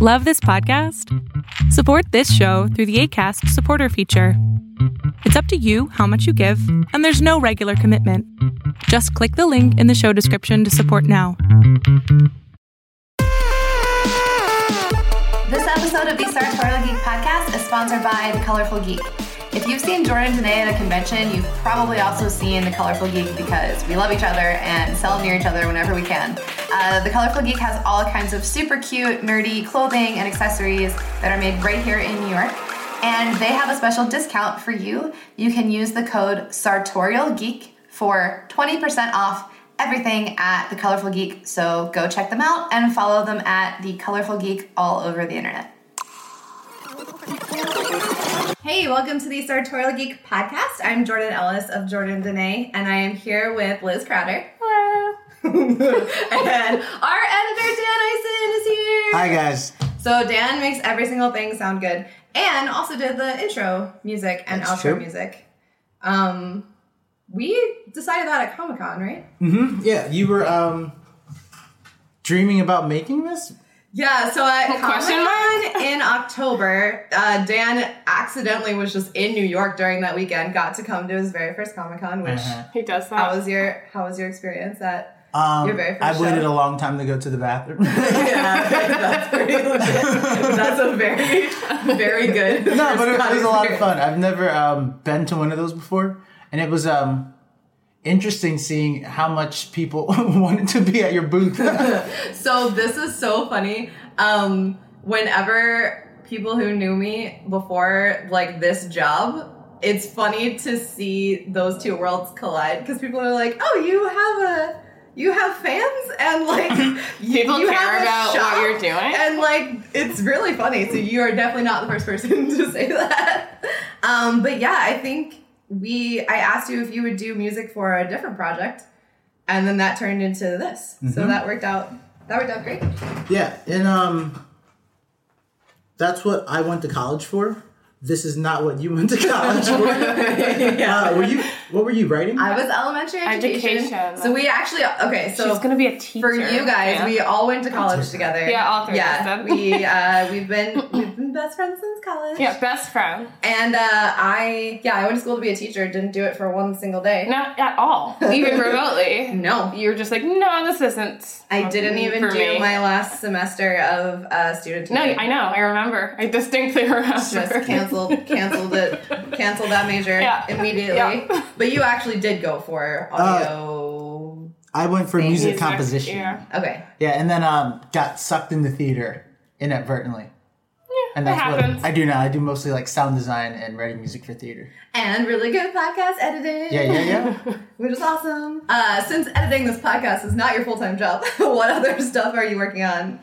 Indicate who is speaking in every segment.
Speaker 1: Love this podcast? Support this show through the ACAST supporter feature. It's up to you how much you give, and there's no regular commitment. Just click the link in the show description to support now.
Speaker 2: This episode of the Sartorial Geek podcast is sponsored by The Colorful Geek. If you've seen Jordan today at a convention, you've probably also seen The Colorful Geek because we love each other and sell near each other whenever we can. Uh, the Colorful Geek has all kinds of super cute, nerdy clothing and accessories that are made right here in New York. And they have a special discount for you. You can use the code Sartorial Geek for 20% off everything at The Colorful Geek. So go check them out and follow them at The Colorful Geek all over the internet. Hey, welcome to the Sartorial Geek podcast. I'm Jordan Ellis of Jordan Dene, and I am here with Liz Crowder. Hello. and our editor Dan Ison is here.
Speaker 3: Hi guys.
Speaker 2: So Dan makes every single thing sound good, and also did the intro music and
Speaker 3: That's
Speaker 2: outro
Speaker 3: true.
Speaker 2: music. Um, we decided that at Comic Con, right?
Speaker 3: Yeah, you were um dreaming about making this?
Speaker 2: Yeah, so at
Speaker 4: Question
Speaker 2: Comic Con in October, uh, Dan accidentally was just in New York during that weekend. Got to come to his very first Comic Con. Which
Speaker 3: Uh-huh.
Speaker 4: He does that.
Speaker 2: how was your how was your experience at?
Speaker 3: Um,
Speaker 2: Your very first
Speaker 3: I waited
Speaker 2: show.
Speaker 3: a long time to go to the bathroom. no,
Speaker 2: Yeah, that's pretty legit. That's a very very good. first
Speaker 3: but it,
Speaker 2: Con
Speaker 3: it was a lot of
Speaker 2: experience.
Speaker 3: fun. I've never um, been to one of those before, and it was um interesting seeing how much people wanted to be at your booth.
Speaker 2: So this is so funny. Um, whenever people who knew me before like this job, it's funny to see those two worlds collide because people are like, "Oh, you have a." You have fans and like you,
Speaker 4: People
Speaker 2: you
Speaker 4: care
Speaker 2: have a
Speaker 4: about what
Speaker 2: shop,
Speaker 4: you're doing?
Speaker 2: and like it's really funny. So you are definitely not the first person to say that. Um, but yeah, I think we I asked you if you would do music for a different project, and then that turned into this. So that worked out. That worked out great.
Speaker 3: yeah, and um that's what I went to college for. This is not what you went to college for. Uh, were you? What were you writing?
Speaker 2: I was elementary education.
Speaker 4: Education.
Speaker 2: So we actually okay. So
Speaker 4: She's gonna be a teacher
Speaker 2: for you guys,
Speaker 4: Yeah.
Speaker 2: we all went to college together.
Speaker 4: Yeah, all three of us
Speaker 2: Yeah,
Speaker 4: did.
Speaker 2: we uh, we've been we've been best friends since college.
Speaker 4: yeah, best friend.
Speaker 2: And uh, I yeah I went to school to be a teacher. Didn't do it for one single day.
Speaker 4: Not at all, even remotely.
Speaker 2: No.
Speaker 4: you're just like, no, this isn't.
Speaker 2: I didn't even
Speaker 4: for
Speaker 2: do
Speaker 4: me."
Speaker 2: my last semester of uh, student.
Speaker 4: No,
Speaker 2: teaching.
Speaker 4: I know. I remember. I distinctly remember.
Speaker 2: just canceled canceled it canceled that major
Speaker 4: Yeah.
Speaker 2: immediately
Speaker 4: Yeah.
Speaker 2: but you actually did go for audio
Speaker 3: I went for music
Speaker 4: Music,
Speaker 3: composition.
Speaker 4: Yeah,
Speaker 2: okay
Speaker 3: Yeah, and then um, got sucked into theater inadvertently. and
Speaker 4: that
Speaker 3: that's
Speaker 4: happens.
Speaker 3: what I do now. I do mostly like sound design and writing music for theater.
Speaker 2: and really good podcast editing
Speaker 3: Yeah, yeah, yeah.
Speaker 2: which is awesome uh, since editing this podcast is not your full-time job what other stuff are you working on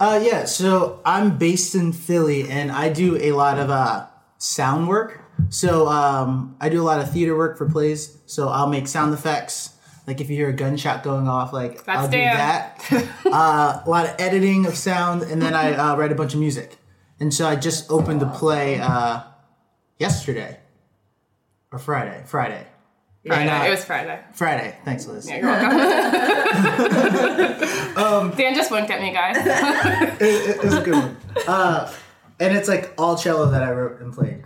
Speaker 3: uh, yeah. So I'm based in Philly, and I do a lot of uh, sound work. So um, I do a lot of theater work for plays. So I'll make sound effects. Like if you hear a gunshot going off, like
Speaker 4: That's
Speaker 3: I'll
Speaker 4: Dan.
Speaker 3: do that. uh, a lot of editing of sound, and then I uh, write a bunch of music. And so I just opened a play uh, yesterday or Friday, Friday,
Speaker 4: Friday.
Speaker 3: I know.
Speaker 4: it was Friday.
Speaker 3: Friday. Thanks, Liz.
Speaker 4: You're welcome. Dan just winked at me, guys.
Speaker 3: it, it's a good one. Uh, and it's like all cello that I wrote and played.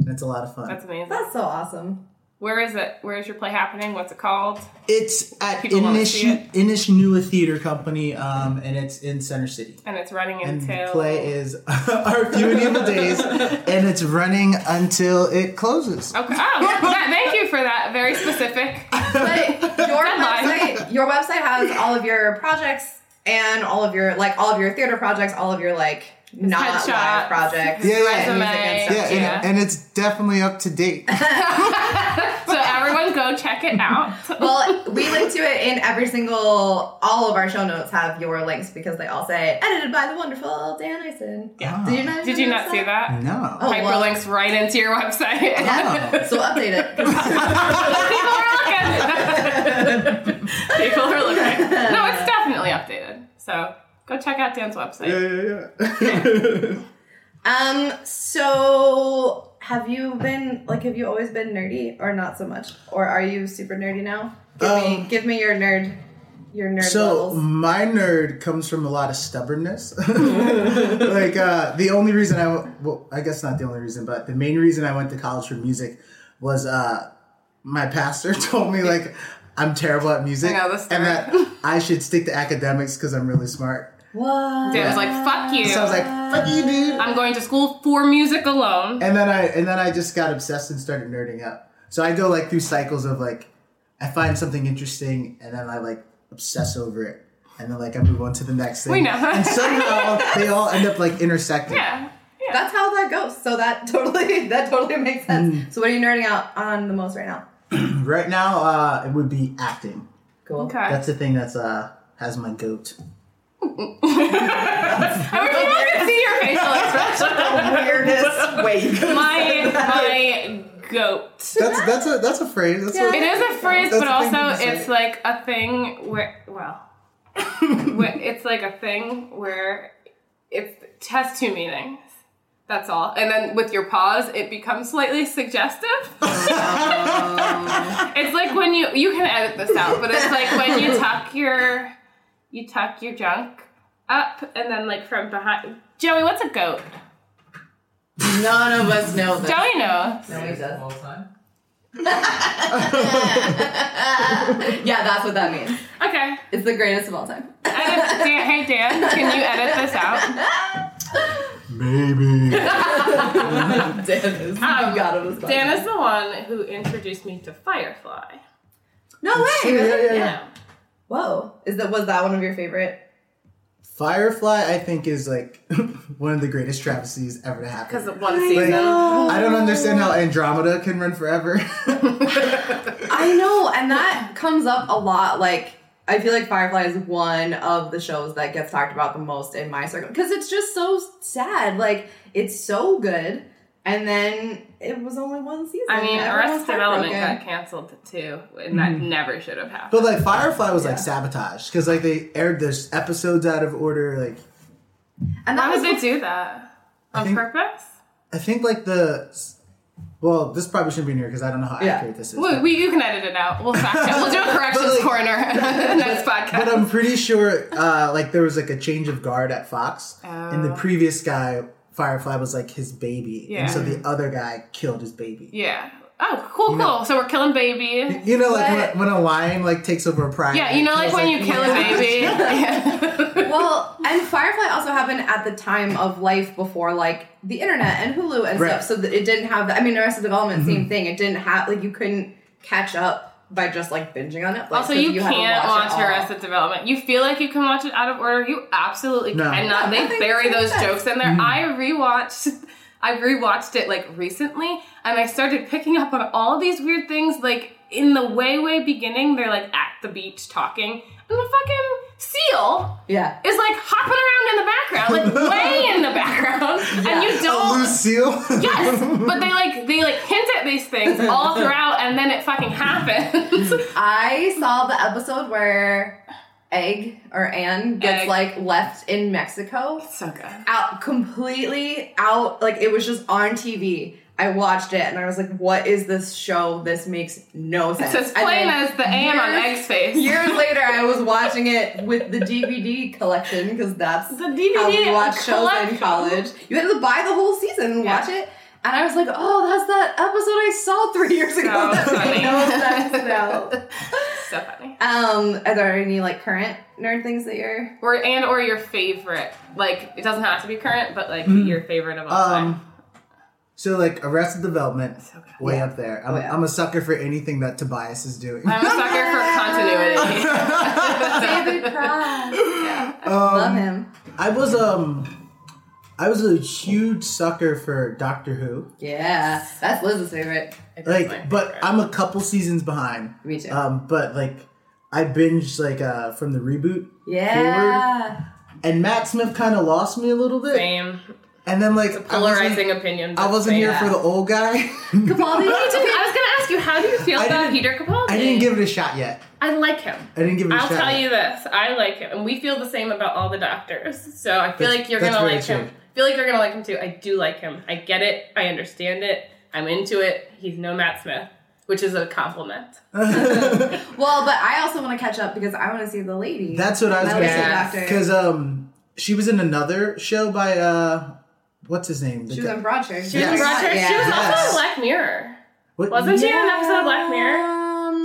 Speaker 3: And it's a lot of fun.
Speaker 4: That's amazing.
Speaker 2: that's so awesome
Speaker 4: Where is it? Where is your play happening? What's it called?
Speaker 3: it's at
Speaker 4: People wanna
Speaker 3: Inish,
Speaker 4: see it.
Speaker 3: Inishnua Theater Company, um, and it's in Center City.
Speaker 4: And it's running
Speaker 3: And
Speaker 4: until.
Speaker 3: the play is Our Few and Evil Days, and it's running until it closes.
Speaker 4: Okay. Oh, that- thank you for that. Very specific.
Speaker 2: but your
Speaker 4: Deadline.
Speaker 2: website your website has all of your projects and all of your like all of your theater projects all of your like not live
Speaker 4: headshots.
Speaker 2: projects
Speaker 3: Yeah, yeah.
Speaker 2: music and
Speaker 4: Resume.
Speaker 2: stuff.
Speaker 3: Yeah,
Speaker 4: Yeah.
Speaker 3: And, and it's definitely up to date.
Speaker 4: So everyone, go check it out.
Speaker 2: well, we link to it in every single. All of our show notes have your links because they all say edited by the wonderful Dan Ison.
Speaker 3: Yeah.
Speaker 2: Did you not?
Speaker 4: Did you not
Speaker 2: notice
Speaker 4: see that?
Speaker 3: No.
Speaker 2: Oh, well.
Speaker 4: Hyperlinks right into your website.
Speaker 3: Oh.
Speaker 2: So update it.
Speaker 4: People are looking. People are looking. No, it's definitely updated. So go check out Dan's website.
Speaker 3: Yeah, yeah, yeah.
Speaker 2: um. So have you been like? Have you always been nerdy, or not so much, or are you super nerdy now? Give me,
Speaker 3: Um,
Speaker 2: give me your nerd, your nerd
Speaker 3: So
Speaker 2: levels?
Speaker 3: my nerd comes from a lot of stubbornness. like uh, the only reason I went- well, I guess not the only reason, but the main reason I went to college for music was uh, my pastor told me like I'm terrible at music
Speaker 4: I know this
Speaker 3: and that
Speaker 4: story.
Speaker 3: I should stick to academics because I'm really smart.
Speaker 2: What?
Speaker 4: Dad was like, fuck you.
Speaker 3: So I was like, "Fuck you, dude!"
Speaker 4: I'm going to school for music alone.
Speaker 3: And then I and then I just got obsessed and started nerding up. So I go like through cycles of like I find something interesting and then I like obsess over it. And then like I move on to the next thing.
Speaker 4: We know.
Speaker 3: And somehow they all end up like intersecting.
Speaker 4: Yeah.
Speaker 2: That's how that goes. So that totally that totally makes sense.
Speaker 3: Mm.
Speaker 2: So what are you nerding out on the most right now?
Speaker 3: Right now, uh it would be acting.
Speaker 2: Cool.
Speaker 4: Okay.
Speaker 3: That's the thing that's uh has my goat.
Speaker 4: I wish people could see your facial
Speaker 2: Weirdest
Speaker 4: expression.
Speaker 2: way.
Speaker 4: my my goat.
Speaker 3: That's that's a that's a phrase. That's
Speaker 4: It
Speaker 3: what
Speaker 4: is a phrase,
Speaker 3: That's
Speaker 4: but
Speaker 3: the thing people
Speaker 4: also
Speaker 3: say.
Speaker 4: it's like a thing where well, where- it's like a thing where it has two meanings. That's all. And then with your pause, it becomes slightly suggestive.
Speaker 3: Oh.
Speaker 4: it's like when you you can edit this out, but it's like when you tuck your you tuck your junk up, and then like from behind. Joey, what's a goat?
Speaker 5: None of us know this.
Speaker 4: Joey knows.
Speaker 2: No, he does.
Speaker 5: All the time.
Speaker 2: Yeah, that's what that means.
Speaker 4: Okay.
Speaker 2: It's the greatest of all time.
Speaker 4: Edit, Dan, hey Dan, can you edit this out?
Speaker 3: maybe.
Speaker 5: Dan is.
Speaker 4: Um,
Speaker 2: You got it. it's fine.
Speaker 4: Dan is the one who introduced me to Firefly.
Speaker 2: No way.
Speaker 3: Yeah, yeah, yeah.
Speaker 2: Whoa. Is that was that one of your favorite?
Speaker 3: Firefly I think is like one of the greatest travesties ever to happen.
Speaker 4: Because of one
Speaker 3: Like,
Speaker 4: season.
Speaker 3: I don't understand how Andromeda can run forever.
Speaker 2: I know, and that comes up a lot. Like, I feel like Firefly is one of the shows that gets talked about the most in my circle because it's just so sad. Like, it's so good, and then it was only one season.
Speaker 4: I
Speaker 2: Everyone
Speaker 4: mean,
Speaker 2: was
Speaker 4: Arrested Development
Speaker 2: heartbroken.
Speaker 4: got canceled too, and that never should have happened.
Speaker 3: But like Firefly was like sabotaged because like they aired their s- episodes out of order. Like
Speaker 2: And that
Speaker 4: Why
Speaker 2: was
Speaker 4: would they do that? On
Speaker 3: think-
Speaker 4: purpose?
Speaker 3: I think like the s- well, this probably shouldn't be in here because I don't know how
Speaker 2: Yeah.
Speaker 3: accurate this is.
Speaker 4: We,
Speaker 3: but-
Speaker 4: we, you can edit it out. We'll fact check. We'll do a corrections
Speaker 3: like-
Speaker 4: corner next podcast.
Speaker 3: But I'm pretty sure uh, like there was like a change of guard at Fox, and the
Speaker 4: Oh.
Speaker 3: previous guy Firefly was like his baby,
Speaker 4: Yeah.
Speaker 3: and so the other guy killed his baby.
Speaker 4: yeah. Oh, cool, cool. so we're killing baby.
Speaker 3: You know, like
Speaker 2: But-
Speaker 3: when, when a lion like takes over a pride.
Speaker 4: Yeah, you know, like when you kill a baby. Yeah.
Speaker 2: well, and Firefly also happened at the time of life before like the internet and Hulu and
Speaker 3: Right.
Speaker 2: stuff, so that it didn't have. The, I mean, Arrested Development,
Speaker 4: Mm-hmm.
Speaker 2: same thing. It didn't have like you couldn't catch up by just like binging on Netflix.
Speaker 4: Also,
Speaker 2: 'cause
Speaker 4: you,
Speaker 2: had to
Speaker 4: can't
Speaker 2: watch it
Speaker 4: watch,
Speaker 2: all.
Speaker 4: Arrested Development. You feel like you can watch it out of order. You absolutely
Speaker 3: No.
Speaker 4: cannot.
Speaker 2: Yeah,
Speaker 4: they
Speaker 2: nothing
Speaker 4: bury
Speaker 2: makes
Speaker 4: those
Speaker 2: sense.
Speaker 4: jokes in there. I rewatched. I rewatched it like recently, and I started picking up on all these weird things. Like in the way way beginning, they're like at the beach talking, and the fucking seal
Speaker 2: Yeah.
Speaker 4: is like hopping around in the background, like way in the background, and you
Speaker 3: Oh,
Speaker 4: don't.
Speaker 3: Lucille.
Speaker 4: Yes, but they like they like hint at these things all throughout, and then it fucking happens.
Speaker 2: I saw the episode where Egg or Anne gets
Speaker 4: Egg.
Speaker 2: like left in Mexico
Speaker 4: so good.
Speaker 2: out completely out like it was just on TV. I watched it and I was like, what is this show? This makes no sense.
Speaker 4: It's as
Speaker 2: And
Speaker 4: plain
Speaker 2: then
Speaker 4: as the AM on
Speaker 2: years-
Speaker 4: Egg's face.
Speaker 2: Years later, I was watching it with the DVD collection because that's
Speaker 4: The DVD
Speaker 2: how we watch shows
Speaker 4: collection.
Speaker 2: in college. You had to buy the whole season and
Speaker 4: Yeah.
Speaker 2: watch it. And I was like, oh, that's that episode I saw three years ago.
Speaker 4: So
Speaker 2: that made
Speaker 4: funny.
Speaker 2: no sense now.
Speaker 4: so funny.
Speaker 2: Um, are there any like current nerd things that you're?
Speaker 4: Or and or your favorite. Like it doesn't have to be current, but like your favorite of all time.
Speaker 3: Mm. Um, so like Arrested Development, way up there.
Speaker 4: Oh,
Speaker 3: I'm,
Speaker 2: yeah.
Speaker 3: I'm a sucker for anything that Tobias is doing.
Speaker 4: I'm a sucker for continuity.
Speaker 2: David Cross. Love him.
Speaker 3: I was um, I was a huge sucker for Doctor Who.
Speaker 2: Yeah, that's Liz's favorite.
Speaker 3: Like, but I'm a couple seasons behind.
Speaker 2: Me too.
Speaker 3: Um, but like, I binged like uh from the reboot,
Speaker 2: yeah.
Speaker 3: and Matt Smith kind of lost me a little bit.
Speaker 4: Same
Speaker 3: And then like, I
Speaker 4: polarizing
Speaker 3: wasn't,
Speaker 4: opinion. but
Speaker 3: I wasn't
Speaker 4: same.
Speaker 3: here for the old guy.
Speaker 2: Capaldi.
Speaker 4: I was gonna ask you, how do you feel
Speaker 3: I
Speaker 4: about
Speaker 3: didn't-
Speaker 4: Peter Capaldi?
Speaker 3: I didn't give it a shot yet.
Speaker 4: I like him.
Speaker 3: I didn't give it a
Speaker 4: I'll
Speaker 3: shot.
Speaker 4: tell
Speaker 3: yet.
Speaker 4: you this: I like him, and we feel the same about all the doctors. So I feel
Speaker 3: That's-
Speaker 4: like you're
Speaker 3: that's
Speaker 4: gonna
Speaker 3: very
Speaker 4: like
Speaker 3: true.
Speaker 4: him. I feel like you're gonna like him too. I do like him. I get it. I understand it. I'm into it. He's no Matt Smith. which is a compliment.
Speaker 6: Well, but I also want to catch up because I want to see the lady.
Speaker 3: That's what I was
Speaker 6: My
Speaker 3: gonna
Speaker 6: Lady
Speaker 2: Yes.
Speaker 3: say.
Speaker 6: Doctor.
Speaker 3: Because um, she was in another show by uh, what's his name? The
Speaker 6: she was
Speaker 3: guy-
Speaker 6: on Broadchurch.
Speaker 4: She was in
Speaker 3: Yes.
Speaker 4: Broadchurch. She was also
Speaker 3: Yes.
Speaker 4: in Black Mirror.
Speaker 3: what-
Speaker 4: Wasn't she in an episode of Black Mirror?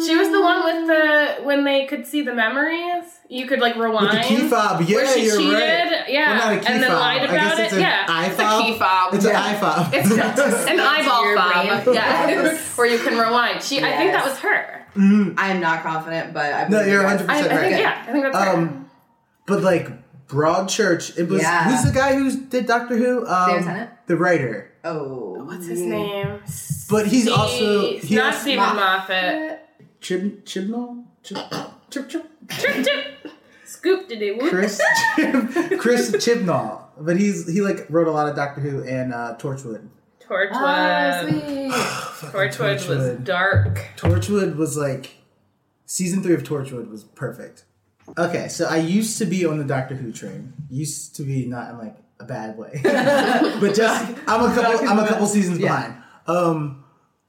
Speaker 4: She was the one with the when they could see the memories. You could like rewind.
Speaker 3: With the key fob, yeah,
Speaker 4: where she
Speaker 3: you're
Speaker 4: cheated,
Speaker 3: right.
Speaker 4: yeah,
Speaker 3: Well, not a key
Speaker 4: and then
Speaker 3: fob.
Speaker 4: lied
Speaker 3: I guess
Speaker 4: about
Speaker 3: it's
Speaker 4: it.
Speaker 3: an
Speaker 4: yeah,
Speaker 3: eye
Speaker 4: it's
Speaker 3: fob.
Speaker 4: a key fob.
Speaker 3: It's
Speaker 4: yeah.
Speaker 3: an eye fob.
Speaker 4: It's just an eyeball
Speaker 2: your
Speaker 4: fob.
Speaker 2: brain.
Speaker 4: Yeah,
Speaker 2: Yes.
Speaker 4: where you can rewind. She, I think that
Speaker 2: Yes.
Speaker 4: was her.
Speaker 2: I'm not confident, but I
Speaker 3: no,
Speaker 2: believe
Speaker 3: you're
Speaker 2: you guys.
Speaker 3: 100
Speaker 4: I, I
Speaker 3: percent right.
Speaker 4: think yeah, I think that's her.
Speaker 3: Um, but like Broadchurch, it was
Speaker 2: Yeah.
Speaker 3: who's the guy who did Doctor Who? Um,
Speaker 6: David Tennant?
Speaker 3: the writer.
Speaker 2: Oh,
Speaker 4: What's his name?
Speaker 3: But he's
Speaker 4: Steve-
Speaker 3: also-
Speaker 4: it's
Speaker 3: he
Speaker 4: not
Speaker 3: also-
Speaker 4: Stephen Moffat.
Speaker 3: Chib Chibnall. Chib- Chip Chip
Speaker 4: Chip chip, scoop did it.
Speaker 3: Chris Chib- Chris Chibnall. But he's he like wrote a lot of Doctor Who and uh, Torchwood.
Speaker 2: Ah,
Speaker 6: Oh,
Speaker 4: Torchwood.
Speaker 6: sweet.
Speaker 4: Torchwood was
Speaker 3: Torchwood.
Speaker 4: dark.
Speaker 3: Torchwood was like season three of Torchwood was perfect. Okay, so I used to be on the Doctor Who train. Used to be not in like a bad way, but just I'm a couple. I'm a couple seasons behind. Um,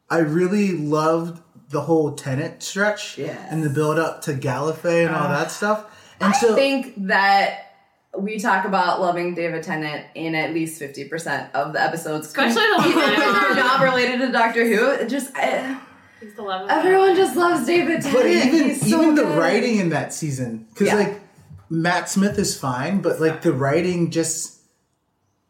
Speaker 3: I really loved the whole Tenant stretch
Speaker 2: Yes. Ah,
Speaker 3: and the build up to Gallifrey and all that stuff. And so
Speaker 2: I think that we talk about loving David Tennant in at least fifty percent of the episodes,
Speaker 4: Especially the ones
Speaker 2: even when
Speaker 4: that
Speaker 2: they're
Speaker 4: are-
Speaker 2: not related to Doctor Who. It just I,
Speaker 4: He's the love of my life.
Speaker 2: everyone just loves David Tennant.
Speaker 3: But even
Speaker 2: He's so
Speaker 3: even the
Speaker 2: good.
Speaker 3: writing in that season, because
Speaker 2: Yeah.
Speaker 3: like Matt Smith is fine, but like the writing just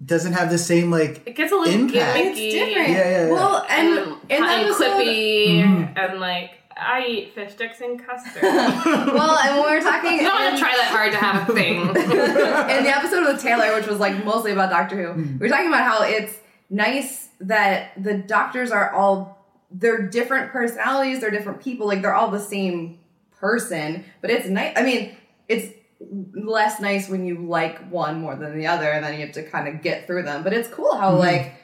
Speaker 3: doesn't have the same like.
Speaker 4: It gets a little
Speaker 3: Impact.
Speaker 4: gimmicky.
Speaker 2: It's different.
Speaker 3: Yeah, yeah, yeah.
Speaker 2: Well, and
Speaker 4: and,
Speaker 2: in that
Speaker 4: and
Speaker 2: episode,
Speaker 4: clippy and like I eat fish sticks and custard. I
Speaker 2: well, and when we were talking
Speaker 4: don't
Speaker 2: in-
Speaker 4: want to try that hard to have a thing.
Speaker 2: in the episode with Taylor, which was like mostly about Doctor Who, we were talking about how it's nice that the doctors are all they're different personalities, they're different people, like they're all the same person. But it's nice. I mean, it's less nice when you like one more than the other, and then you have to kind of get through them. But it's cool how like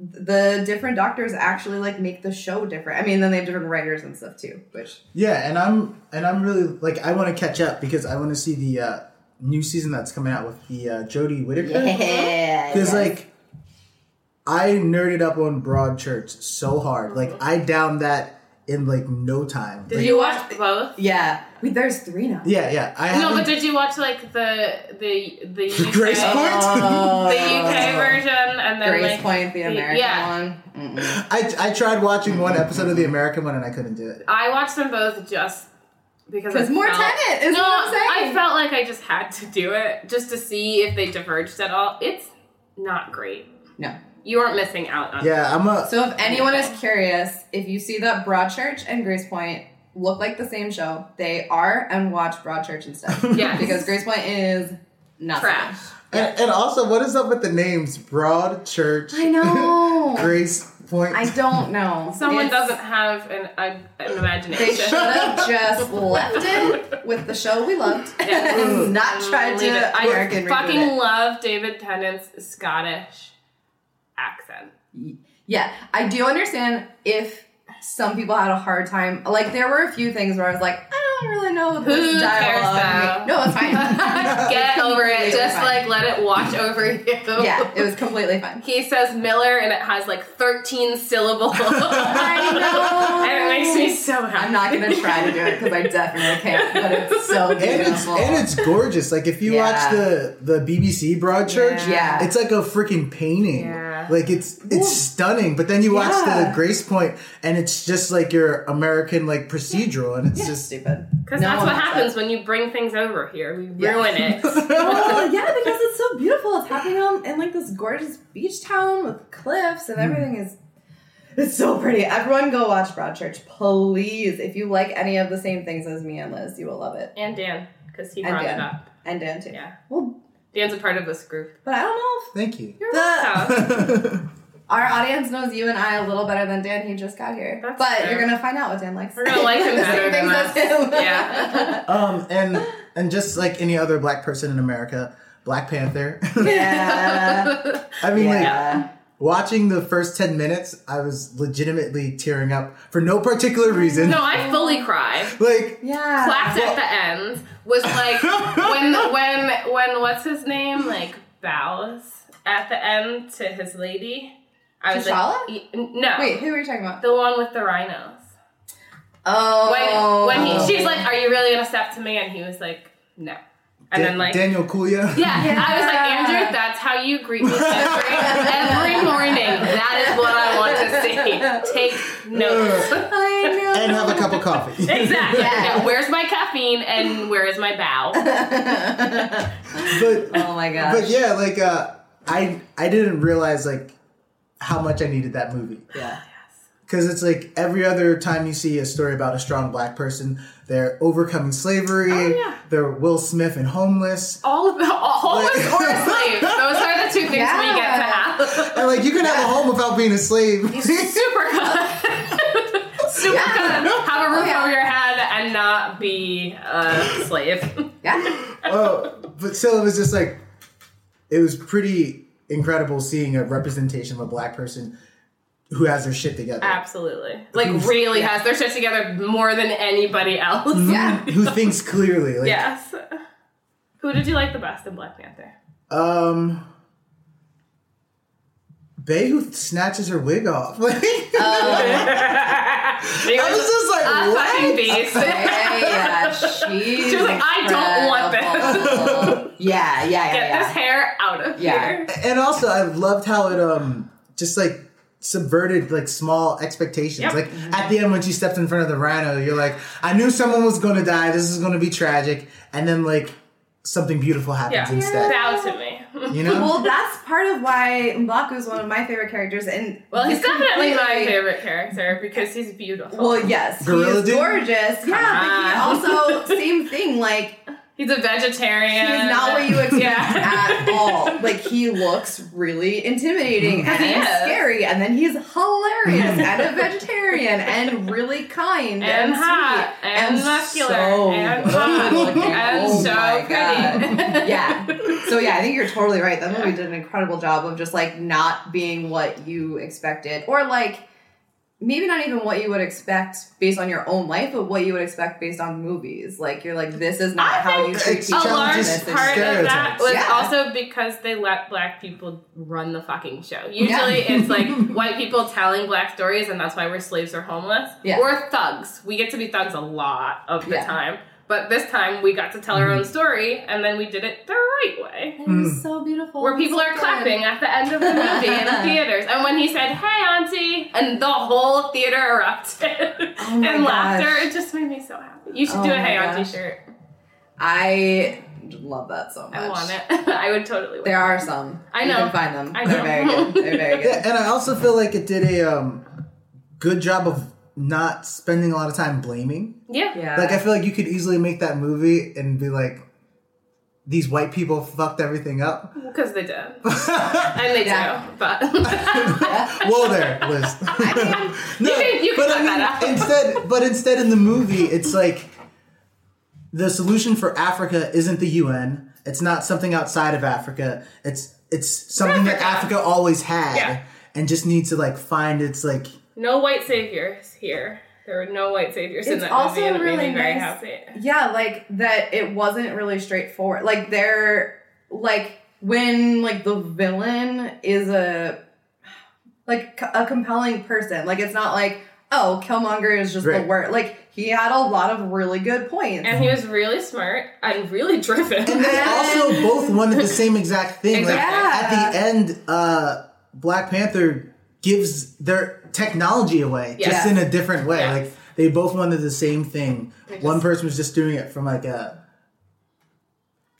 Speaker 2: the different doctors actually like make the show different. I mean, then they have different writers and stuff too, which
Speaker 3: Yeah, and I'm and I'm really like I want to catch up because I want to see the uh, new season that's coming out with the uh, Jodie Whittaker. Because like I nerded up on Broadchurch so hard, like I downed that in like no time.
Speaker 4: Did
Speaker 3: Like,
Speaker 4: you watch both?
Speaker 2: yeah, Wait, there's three now.
Speaker 3: Yeah, yeah. I
Speaker 4: No, but
Speaker 3: haven't-
Speaker 4: did you watch like the the the UK,
Speaker 3: Grace Point.
Speaker 2: Oh.
Speaker 4: the UK version and then
Speaker 2: Uh, Grace
Speaker 4: like,
Speaker 2: Point, the American
Speaker 4: yeah.
Speaker 2: one.
Speaker 3: I I tried watching one episode of the American one and I couldn't do it.
Speaker 4: I watched them both just because
Speaker 2: Because
Speaker 4: I
Speaker 2: more
Speaker 4: felt-
Speaker 2: Tenet is
Speaker 4: no,
Speaker 2: what I'm saying.
Speaker 4: I felt like I just had to do it just to see if they diverged at all. It's not great.
Speaker 2: no.
Speaker 4: You aren't missing out on
Speaker 3: Yeah, I'm a
Speaker 2: So if anyone is curious, if you see that Broadchurch and Grace Point look like the same show, they are, and watch Broadchurch instead.
Speaker 4: Yes.
Speaker 2: Because Grace Point is nothing.
Speaker 4: trash.
Speaker 3: And, and also, what is up with the names Broad Church,
Speaker 2: I know.
Speaker 3: Grace Point?
Speaker 2: I don't know.
Speaker 4: Someone
Speaker 2: It's-
Speaker 4: doesn't have an, an
Speaker 2: They should
Speaker 4: imagination.
Speaker 2: have just left it with the show we loved
Speaker 4: Yeah.
Speaker 2: and not tried
Speaker 4: Leave it.
Speaker 2: to American
Speaker 4: I fucking
Speaker 2: redo it.
Speaker 4: love David Tennant's Scottish accent.
Speaker 2: Yeah, I do understand if some people had a hard time. Like there were a few things where I was like, I don't really know what this
Speaker 4: Who
Speaker 2: dialogue.
Speaker 4: cares, though?
Speaker 2: means." No, it's fine.
Speaker 4: Get over
Speaker 2: completely
Speaker 4: it. Just
Speaker 2: fine.
Speaker 4: like let it wash over you.
Speaker 2: yeah, it was completely fine.
Speaker 4: He says Miller and it has like 13 syllables. I
Speaker 2: know.
Speaker 4: And it makes me so happy.
Speaker 2: I'm not gonna try to do it because I definitely can't. But it's so
Speaker 3: and
Speaker 2: beautiful.
Speaker 3: it's and it's gorgeous. Like if you
Speaker 2: Yeah.
Speaker 3: watch the the BBC Broadchurch,
Speaker 2: Yeah.
Speaker 3: it's like a freaking painting.
Speaker 4: Yeah.
Speaker 3: Like it's it's stunning. But then you watch
Speaker 2: Yeah.
Speaker 3: the Grace Point, and it's just like your American like procedural, and it's
Speaker 2: just
Speaker 3: just
Speaker 2: stupid.
Speaker 4: Because
Speaker 2: No
Speaker 4: that's
Speaker 2: one
Speaker 4: what
Speaker 2: wants
Speaker 4: happens when you bring things over here. We
Speaker 2: Yeah.
Speaker 4: ruin it.
Speaker 2: Oh yeah, because it's so beautiful. It's happening on in like this gorgeous beach town with cliffs
Speaker 4: Hmm.
Speaker 2: and everything is it's so pretty. Everyone go watch Broadchurch, please. If you like any of the same things as me and Liz, you will love it.
Speaker 4: and Dan, because he
Speaker 2: And
Speaker 4: brought
Speaker 2: Dan.
Speaker 4: it up.
Speaker 2: And Dan too.
Speaker 4: Yeah.
Speaker 2: Well,
Speaker 4: Dan's a part of this group.
Speaker 2: but I don't know
Speaker 3: thank you.
Speaker 2: if
Speaker 4: So-
Speaker 2: the, our audience knows you and I a little better than Dan. He just got here,
Speaker 4: That's
Speaker 2: but
Speaker 4: fair.
Speaker 2: you're gonna find out what Dan likes.
Speaker 4: We're gonna like him
Speaker 2: The same
Speaker 4: better than
Speaker 2: things
Speaker 4: us.
Speaker 2: as him.
Speaker 4: Yeah.
Speaker 3: Um, and and just like any other black person in America, Black Panther.
Speaker 2: yeah.
Speaker 3: I mean, like
Speaker 2: yeah.
Speaker 3: Watching the first 10 minutes, I was legitimately tearing up for no particular reason.
Speaker 4: No, I fully cry.
Speaker 3: Like,
Speaker 2: Yeah.
Speaker 4: clapped at the end was like when when when what's his name like bows at the end to his lady. I was
Speaker 2: T'Challa?
Speaker 4: like, y- no,
Speaker 2: Wait, who are you talking about?
Speaker 4: the one with the rhinos.
Speaker 2: Oh,
Speaker 4: When, when he, she's like, "Are you really gonna step to me?" and he was like, "No." And then like,
Speaker 3: Daniel Kuya.
Speaker 4: yeah, I was like,
Speaker 2: Yeah.
Speaker 4: Andrew, that's how you greet me every, every morning. That is what I want to see. Take notes.
Speaker 2: I know.
Speaker 3: And have a cup of coffee.
Speaker 4: Exactly.
Speaker 2: Yeah.
Speaker 4: Yeah, Where's my caffeine and where is my bow?
Speaker 3: but
Speaker 2: Oh my gosh.
Speaker 3: but yeah, like uh, I I didn't realize like how much I needed that movie.
Speaker 2: yeah.
Speaker 3: Because it's like every other time you see a story about a strong black person, they're overcoming slavery,
Speaker 4: yeah.
Speaker 3: they're Will Smith and homeless.
Speaker 4: All of all of us or a slave. Those are the two things we get to
Speaker 2: Yeah.
Speaker 4: have.
Speaker 3: And like you can have a home without being a slave.
Speaker 4: Super good. Super good. Have a roof
Speaker 2: Oh, yeah.
Speaker 4: over your head and not be a slave.
Speaker 2: Yeah.
Speaker 3: oh, but still, it was just like it was pretty incredible seeing a representation of a black person who has their shit together,
Speaker 4: Absolutely. Like really has their shit together more than anybody else.
Speaker 2: Yeah.
Speaker 3: who thinks clearly. Like,
Speaker 4: Yes. Who did you like the best in Black Panther?
Speaker 3: Um, Bay who snatches her wig off. Like, I was just like, what?
Speaker 4: a fucking beast.
Speaker 2: Yeah, yeah, she's
Speaker 4: She was like, "I don't want
Speaker 2: incredible." yeah, yeah, yeah,
Speaker 4: Get this
Speaker 2: yeah.
Speaker 4: hair out of
Speaker 2: Yeah.
Speaker 4: here.
Speaker 3: And also, I loved how it um just like subverted like small expectations.
Speaker 4: Yep.
Speaker 3: Like at the end when she stepped in front of the rhino, you're like, I knew someone was gonna die. This is gonna be tragic. And then like something beautiful happens
Speaker 4: Yeah.
Speaker 3: instead.
Speaker 4: Bow to me.
Speaker 3: You know?
Speaker 2: Well, that's part of why Mbaku is one of my favorite characters, and
Speaker 4: Well, he's definitely my
Speaker 2: completely-
Speaker 4: favorite character because he's beautiful.
Speaker 2: Well, yes,
Speaker 3: Gorilla
Speaker 2: he
Speaker 3: Dude?
Speaker 2: is gorgeous. Yeah,
Speaker 4: on.
Speaker 2: but he also same thing. Like
Speaker 4: he's a vegetarian.
Speaker 2: he's not what you expect
Speaker 4: Yeah.
Speaker 2: at all. Like he looks really intimidating and
Speaker 4: he is.
Speaker 2: scary, and then he's hilarious and a vegetarian and really kind
Speaker 4: And
Speaker 2: and,
Speaker 4: hot
Speaker 2: sweet
Speaker 4: and,
Speaker 2: and
Speaker 4: muscular
Speaker 2: so
Speaker 4: and
Speaker 2: good
Speaker 4: hot
Speaker 2: looking.
Speaker 4: and
Speaker 2: Oh
Speaker 4: so
Speaker 2: my
Speaker 4: pretty.
Speaker 2: God. yeah. So yeah, I think you're totally right. That movie did an incredible job of just like not being what you expected, or like maybe not even what you would expect based on your own life, but what you would expect based on movies. Like you're like, this is not
Speaker 4: I
Speaker 2: how you
Speaker 4: think
Speaker 2: treat
Speaker 3: it's
Speaker 2: people.
Speaker 4: a large
Speaker 3: Challenges
Speaker 2: This is-
Speaker 4: part of that
Speaker 3: stereotypes.
Speaker 4: was
Speaker 2: Yeah.
Speaker 4: also because they let black people run the fucking show. Usually
Speaker 2: Yeah.
Speaker 4: it's like white people telling black stories, and that's why we're slaves or homeless.
Speaker 2: Yeah.
Speaker 4: Or thugs. We get to be thugs a lot of the
Speaker 2: Yeah. Mm-hmm.
Speaker 4: time. But this time we got to tell our own story, and then we did it the right way.
Speaker 2: It was so beautiful.
Speaker 4: Where people
Speaker 2: So
Speaker 4: are
Speaker 2: good.
Speaker 4: clapping at the end of the movie in the theaters. And when he said, hey, auntie, and the whole theater erupted
Speaker 2: Oh my
Speaker 4: in laughter,
Speaker 2: gosh.
Speaker 4: it just made me so happy. You should
Speaker 2: Oh
Speaker 4: do a
Speaker 2: my
Speaker 4: hey, auntie
Speaker 2: gosh.
Speaker 4: shirt.
Speaker 2: I love that so much.
Speaker 4: I want it. I would totally wear
Speaker 2: There
Speaker 4: it.
Speaker 2: are some.
Speaker 4: I
Speaker 2: You
Speaker 4: know.
Speaker 2: can find them.
Speaker 4: I know.
Speaker 2: They're very good. They're very
Speaker 3: Yeah,
Speaker 2: good.
Speaker 3: and I also feel like it did a um good job of not spending a lot of time blaming.
Speaker 4: Yeah.
Speaker 2: Yeah.
Speaker 3: Like I feel like you could easily make that movie and be like, these white people fucked everything up.
Speaker 4: Because they did. and they
Speaker 2: Yeah.
Speaker 4: do. But you
Speaker 3: Whoa there, Liz.
Speaker 4: can, you can
Speaker 3: but
Speaker 4: cut
Speaker 3: I mean,
Speaker 4: that out.
Speaker 3: instead, but instead in the movie, it's like the solution for Africa isn't the UN. It's not something outside of Africa. It's it's something that
Speaker 4: Africa.
Speaker 3: Africa always had
Speaker 4: Yeah.
Speaker 3: and just needs to like find its like
Speaker 4: No white saviors here. There were no white saviors in
Speaker 2: It's
Speaker 4: that
Speaker 2: also
Speaker 4: movie, and it made
Speaker 2: really
Speaker 4: me very
Speaker 2: nice-
Speaker 4: happy.
Speaker 2: Yeah, like that it wasn't really straightforward. Like they're like when like the villain is a like c- a compelling person. Like it's not like oh Killmonger is just
Speaker 3: Right.
Speaker 2: the worst. Like he had a lot of really good points.
Speaker 4: And he was really smart and really driven.
Speaker 3: And they also both wanted the same exact thing. Like
Speaker 2: Exactly.
Speaker 3: at the end, uh, Black Panther gives their technology away, just
Speaker 4: Yeah.
Speaker 3: in a different way.
Speaker 4: Yeah.
Speaker 3: Like they both wanted the same thing. One person was just doing it from like a.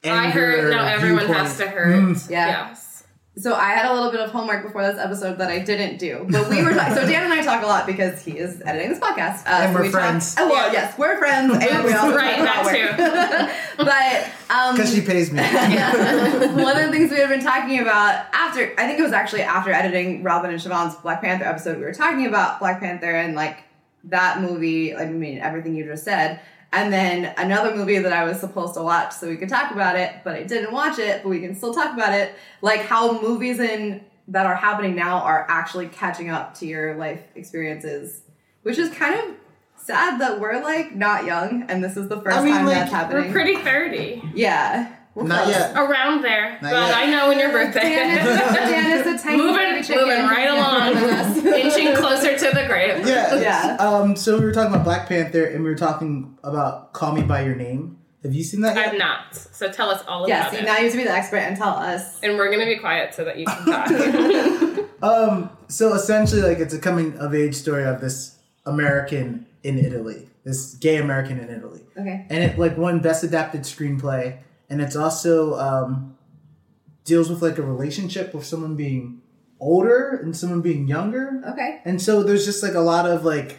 Speaker 4: I heard
Speaker 3: anger
Speaker 4: now everyone has to
Speaker 3: viewpoint.
Speaker 4: hurt.
Speaker 2: Mm. Yeah.
Speaker 4: Yes.
Speaker 2: so I had a little bit of homework before this episode that I didn't do. But we were talking, so Dan and I talk a lot because he is editing this podcast. Uh,
Speaker 3: And
Speaker 2: so
Speaker 3: we're
Speaker 2: we talk-
Speaker 3: friends.
Speaker 2: oh well, yes, we're friends, and we also
Speaker 4: Right,
Speaker 2: talk about
Speaker 4: that
Speaker 2: work. but um,
Speaker 3: Because she pays me.
Speaker 2: One of the things we had been talking about after, I think it was actually after editing Robin and Siobhan's Black Panther episode, we were talking about Black Panther and like that movie, I mean, everything you just said. And then another movie that I was supposed to watch so we could talk about it, but I didn't watch it, but we can still talk about it. Like how movies in that are happening now are actually catching up to your life experiences, which is kind of sad that we're like not young and this is the first
Speaker 3: I mean,
Speaker 2: time
Speaker 3: like,
Speaker 2: that's happening.
Speaker 4: We're pretty 30.
Speaker 2: yeah. We're
Speaker 3: Not
Speaker 2: close.
Speaker 3: yet.
Speaker 4: Around there.
Speaker 3: Not
Speaker 4: but
Speaker 3: yet.
Speaker 4: I know when your birthday is.
Speaker 2: Dan is a tiny
Speaker 4: moving,
Speaker 2: baby
Speaker 4: moving
Speaker 2: chicken.
Speaker 4: right along. inching closer to the grave.
Speaker 3: Yeah.
Speaker 2: Yeah.
Speaker 3: Um, so we were talking about Black Panther, and we were talking about Call Me by Your Name. Have you seen that?
Speaker 4: I've
Speaker 3: Yet?
Speaker 4: not. So tell us all
Speaker 2: Yeah,
Speaker 4: about
Speaker 2: see,
Speaker 4: it.
Speaker 2: now you have to be the expert and tell us.
Speaker 4: and we're gonna be quiet so that you can talk.
Speaker 3: So essentially, like it's a coming of age story of this American in Italy, this gay American in Italy,
Speaker 2: Okay.
Speaker 3: and it like won best adapted screenplay, and it's also um, deals with like a relationship with someone being older and someone being younger.
Speaker 2: Okay.
Speaker 3: And so there's just like a lot of like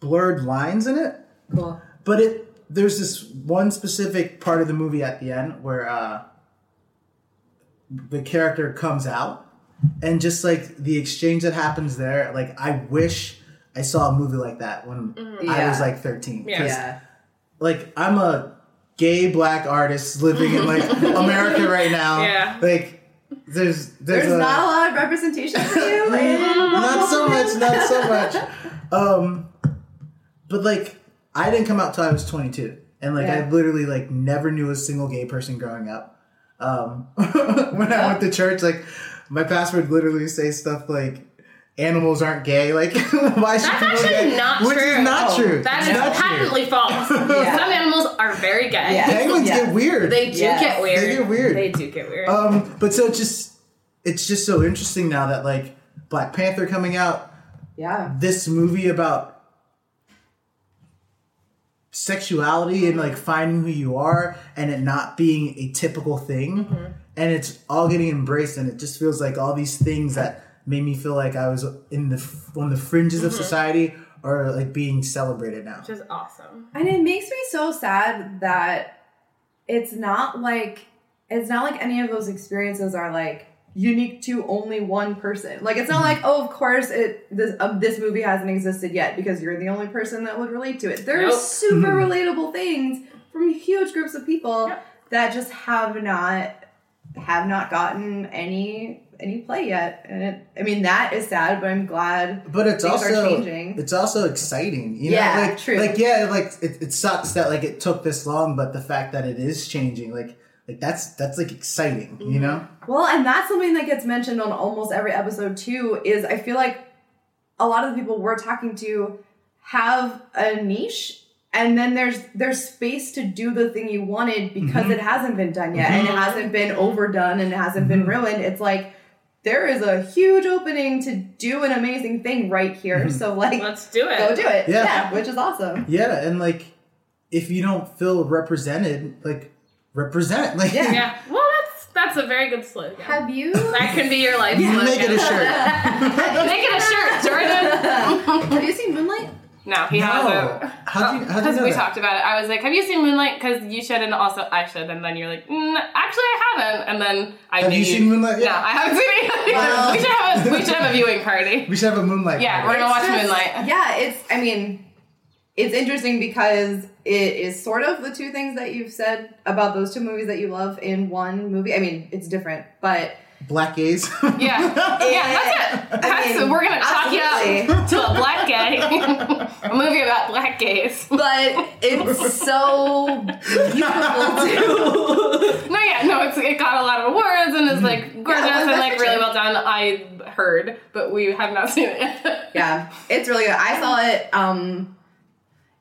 Speaker 3: blurred lines in it.
Speaker 2: Cool.
Speaker 3: But it there's this one specific part of the movie at the end where uh the character comes out and just like the exchange that happens there, like I wish I saw a movie like that when I was
Speaker 2: Mm-hmm. Yeah.
Speaker 3: like 13. 'Cause,
Speaker 4: Yeah.
Speaker 2: Yeah.
Speaker 3: Like I'm a gay black artist living in like America right now.
Speaker 4: Yeah.
Speaker 3: Like there's there's,
Speaker 2: There's
Speaker 3: a,
Speaker 2: not a lot of representation for you. in-
Speaker 3: not so much, not so much. Um, but like, I didn't come out till I was 22, and like,
Speaker 2: Yeah.
Speaker 3: I literally like never knew a single gay person growing up. Um, when I went to church, like, my pastor would literally say stuff like. Animals aren't gay. Like, why should
Speaker 4: That's
Speaker 3: people
Speaker 4: actually
Speaker 3: get-"
Speaker 4: not
Speaker 3: Which
Speaker 4: true.
Speaker 3: is not
Speaker 2: Oh,
Speaker 3: true.
Speaker 4: That
Speaker 3: It's
Speaker 4: is
Speaker 3: not true.
Speaker 4: patently false. Some animals are very gay.
Speaker 2: Yeah.
Speaker 3: Penguins
Speaker 2: Yeah.
Speaker 3: get weird.
Speaker 4: They do
Speaker 2: Yes.
Speaker 4: get weird.
Speaker 3: They get weird.
Speaker 4: They do get weird.
Speaker 3: Um, but so it's just, it's just so interesting now that like Black Panther coming out,
Speaker 2: yeah.
Speaker 3: this movie about sexuality and like finding who you are and it not being a typical thing
Speaker 2: Mm-hmm.
Speaker 3: and it's all getting embraced and it just feels like all these things that made me feel like I was in the f- on the fringes
Speaker 2: Mm-hmm.
Speaker 3: of society are like being celebrated now.
Speaker 4: which is awesome.
Speaker 2: And it makes me so sad that it's not like it's not like any of those experiences are like unique to only one person. Like it's not like oh, of course it this uh, this movie hasn't existed yet because you're the only person that would relate to it. There are
Speaker 4: Nope.
Speaker 2: super relatable things from huge groups of people
Speaker 4: Yep.
Speaker 2: that just have not have not gotten any any play yet. And it, I mean that is sad, but I'm glad
Speaker 3: But it's
Speaker 2: Things are
Speaker 3: also
Speaker 2: changing.
Speaker 3: it's also exciting, you know.
Speaker 2: Yeah,
Speaker 3: like,
Speaker 2: true.
Speaker 3: Like yeah, like it, it sucks that like it took this long, but the fact that it is changing, like like that's that's like exciting,
Speaker 2: Mm-hmm.
Speaker 3: you know.
Speaker 2: Well, and that's something that gets mentioned on almost every episode too. Is I feel like a lot of the people we're talking to have a niche, and then there's there's space to do the thing you wanted because it hasn't been done yet, and it hasn't been overdone, and it hasn't been ruined. It's like there is a huge opening to do an amazing thing right here. So like,
Speaker 4: Let's do it.
Speaker 2: go do it.
Speaker 3: Yeah.
Speaker 2: yeah, which is awesome.
Speaker 3: Yeah, and like if you don't feel represented, like represent. Like
Speaker 2: Yeah.
Speaker 4: Yeah. Well, that's that's a very good slogan.
Speaker 2: Have you?
Speaker 4: that can be your life slogan.
Speaker 3: make it a shirt.
Speaker 4: Make it a shirt, Jordan.
Speaker 2: have you seen Moonlight?
Speaker 4: No, he
Speaker 3: No.
Speaker 4: hasn't.
Speaker 3: How do you, how do you
Speaker 4: Because
Speaker 3: know
Speaker 4: we
Speaker 3: that?
Speaker 4: talked about it, I was like, "Have you seen Moonlight?" Because you should, and also I should, and then you're like, mm, "Actually, I haven't." And then I
Speaker 3: Have
Speaker 4: knew
Speaker 3: you seen Moonlight?
Speaker 4: No, I haven't seen it.
Speaker 3: Wow.
Speaker 4: we should have a we should have a viewing party.
Speaker 3: We should have a moonlight.
Speaker 4: Yeah, we're
Speaker 3: party.
Speaker 4: gonna watch
Speaker 2: It's just-
Speaker 4: Moonlight.
Speaker 2: Yeah, it's. I mean, it's interesting because it is sort of the two things that you've said about those two movies that you love in one movie. I mean, it's different, but
Speaker 3: black gays.
Speaker 4: Yeah, yeah, that's it. That's
Speaker 2: mean,
Speaker 4: we're gonna talk you
Speaker 2: absolutely.
Speaker 4: up to a black gay, a movie about black gays.
Speaker 2: but it's so beautiful too.
Speaker 4: No, yeah, no, it's, it got a lot of awards and is like gorgeous
Speaker 2: Yeah,
Speaker 4: and
Speaker 2: that's
Speaker 4: like
Speaker 2: for
Speaker 4: really
Speaker 2: sure.
Speaker 4: well done. I heard, but we have not seen it.
Speaker 2: yeah, it's really good. I saw it. Um,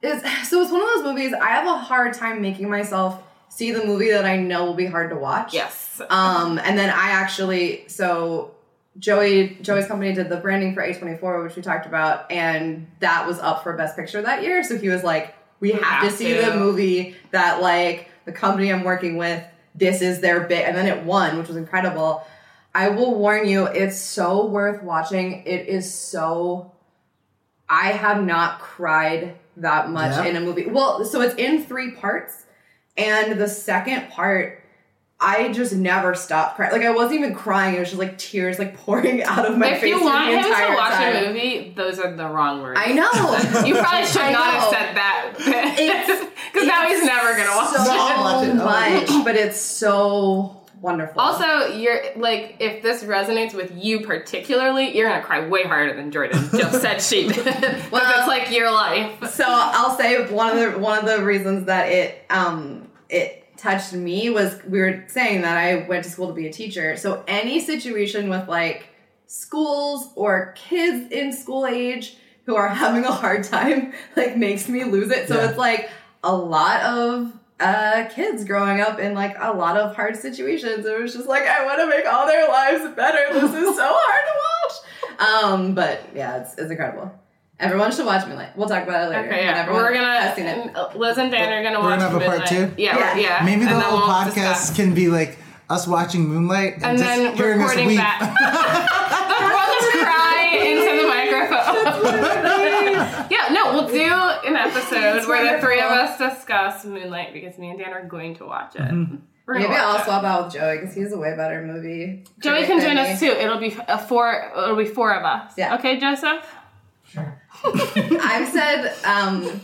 Speaker 2: is so it's one of those movies. I have a hard time making myself see the movie that I know will be hard to watch.
Speaker 4: yes.
Speaker 2: Um, and then I actually so Joey Joey's company did the branding for A24, which we talked about, and that was up for Best Picture that year. So he was like, "We have, to
Speaker 4: have
Speaker 2: see
Speaker 4: to.
Speaker 2: the movie that like the company I'm working with. This is their bit." And then it won, which was incredible. I will warn you, it's so worth watching. It is so. I have not cried that much
Speaker 3: Yeah.
Speaker 2: in a movie. Well, so it's in three parts, and the second part I just never stopped crying. Like I wasn't even crying. It was just like tears like pouring out of my
Speaker 4: If
Speaker 2: face.
Speaker 4: you want
Speaker 2: the
Speaker 4: him
Speaker 2: entire
Speaker 4: to watch
Speaker 2: time.
Speaker 4: a movie, those are the wrong words.
Speaker 2: I know.
Speaker 4: You probably should
Speaker 2: I
Speaker 4: not have
Speaker 2: know.
Speaker 4: said that.
Speaker 2: It's-
Speaker 4: Because now
Speaker 2: it's
Speaker 4: he's never going to watch
Speaker 2: so
Speaker 4: it.
Speaker 3: I'll watch it. I'll watch it.
Speaker 2: much, but it's so wonderful.
Speaker 4: Also, you're like, if this resonates with you particularly, you're going to cry way harder than Jordan just said she did. well,
Speaker 2: Well-
Speaker 4: it's like your life.
Speaker 2: so I'll say one of the one of the reasons that it um it touched me was we were saying that I went to school to be a teacher. So any situation with like schools or kids in school age who are having a hard time like makes me lose it. So
Speaker 3: Yeah.
Speaker 2: it's like a lot of uh kids growing up in like a lot of hard situations. It was just like I want to make all their lives better. This is so hard to watch. Um but yeah, it's it's incredible. Everyone should watch Moonlight. We'll talk about it later.
Speaker 4: Okay,
Speaker 2: when
Speaker 4: yeah.
Speaker 2: everyone
Speaker 4: We're
Speaker 2: has seen it.
Speaker 4: gonna Liz and Dan are gonna
Speaker 3: We're
Speaker 4: watch
Speaker 3: gonna have a part
Speaker 4: Midnight.
Speaker 3: two?
Speaker 4: Yeah,
Speaker 2: Yeah.
Speaker 4: yeah.
Speaker 3: Maybe the
Speaker 4: And then
Speaker 3: whole
Speaker 4: we'll
Speaker 3: podcast
Speaker 4: discuss.
Speaker 3: can be like us watching Moonlight and,
Speaker 4: and
Speaker 3: just
Speaker 4: then
Speaker 3: hearing us
Speaker 4: recording
Speaker 3: weep.
Speaker 4: that. the brothers cry into the microphone. yeah, no, we'll do an episode where the three of us discuss Moonlight because me and Dan are going to watch it. We're gonna
Speaker 2: Maybe
Speaker 4: watch
Speaker 2: I'll
Speaker 4: it.
Speaker 2: swap out with Joey because he's a way better movie.
Speaker 4: Joey
Speaker 2: critic
Speaker 4: can
Speaker 2: than
Speaker 4: join
Speaker 2: me.
Speaker 4: us too. It'll be a four. It'll be four of us.
Speaker 2: Yeah.
Speaker 4: Okay, Joseph.
Speaker 2: I've said um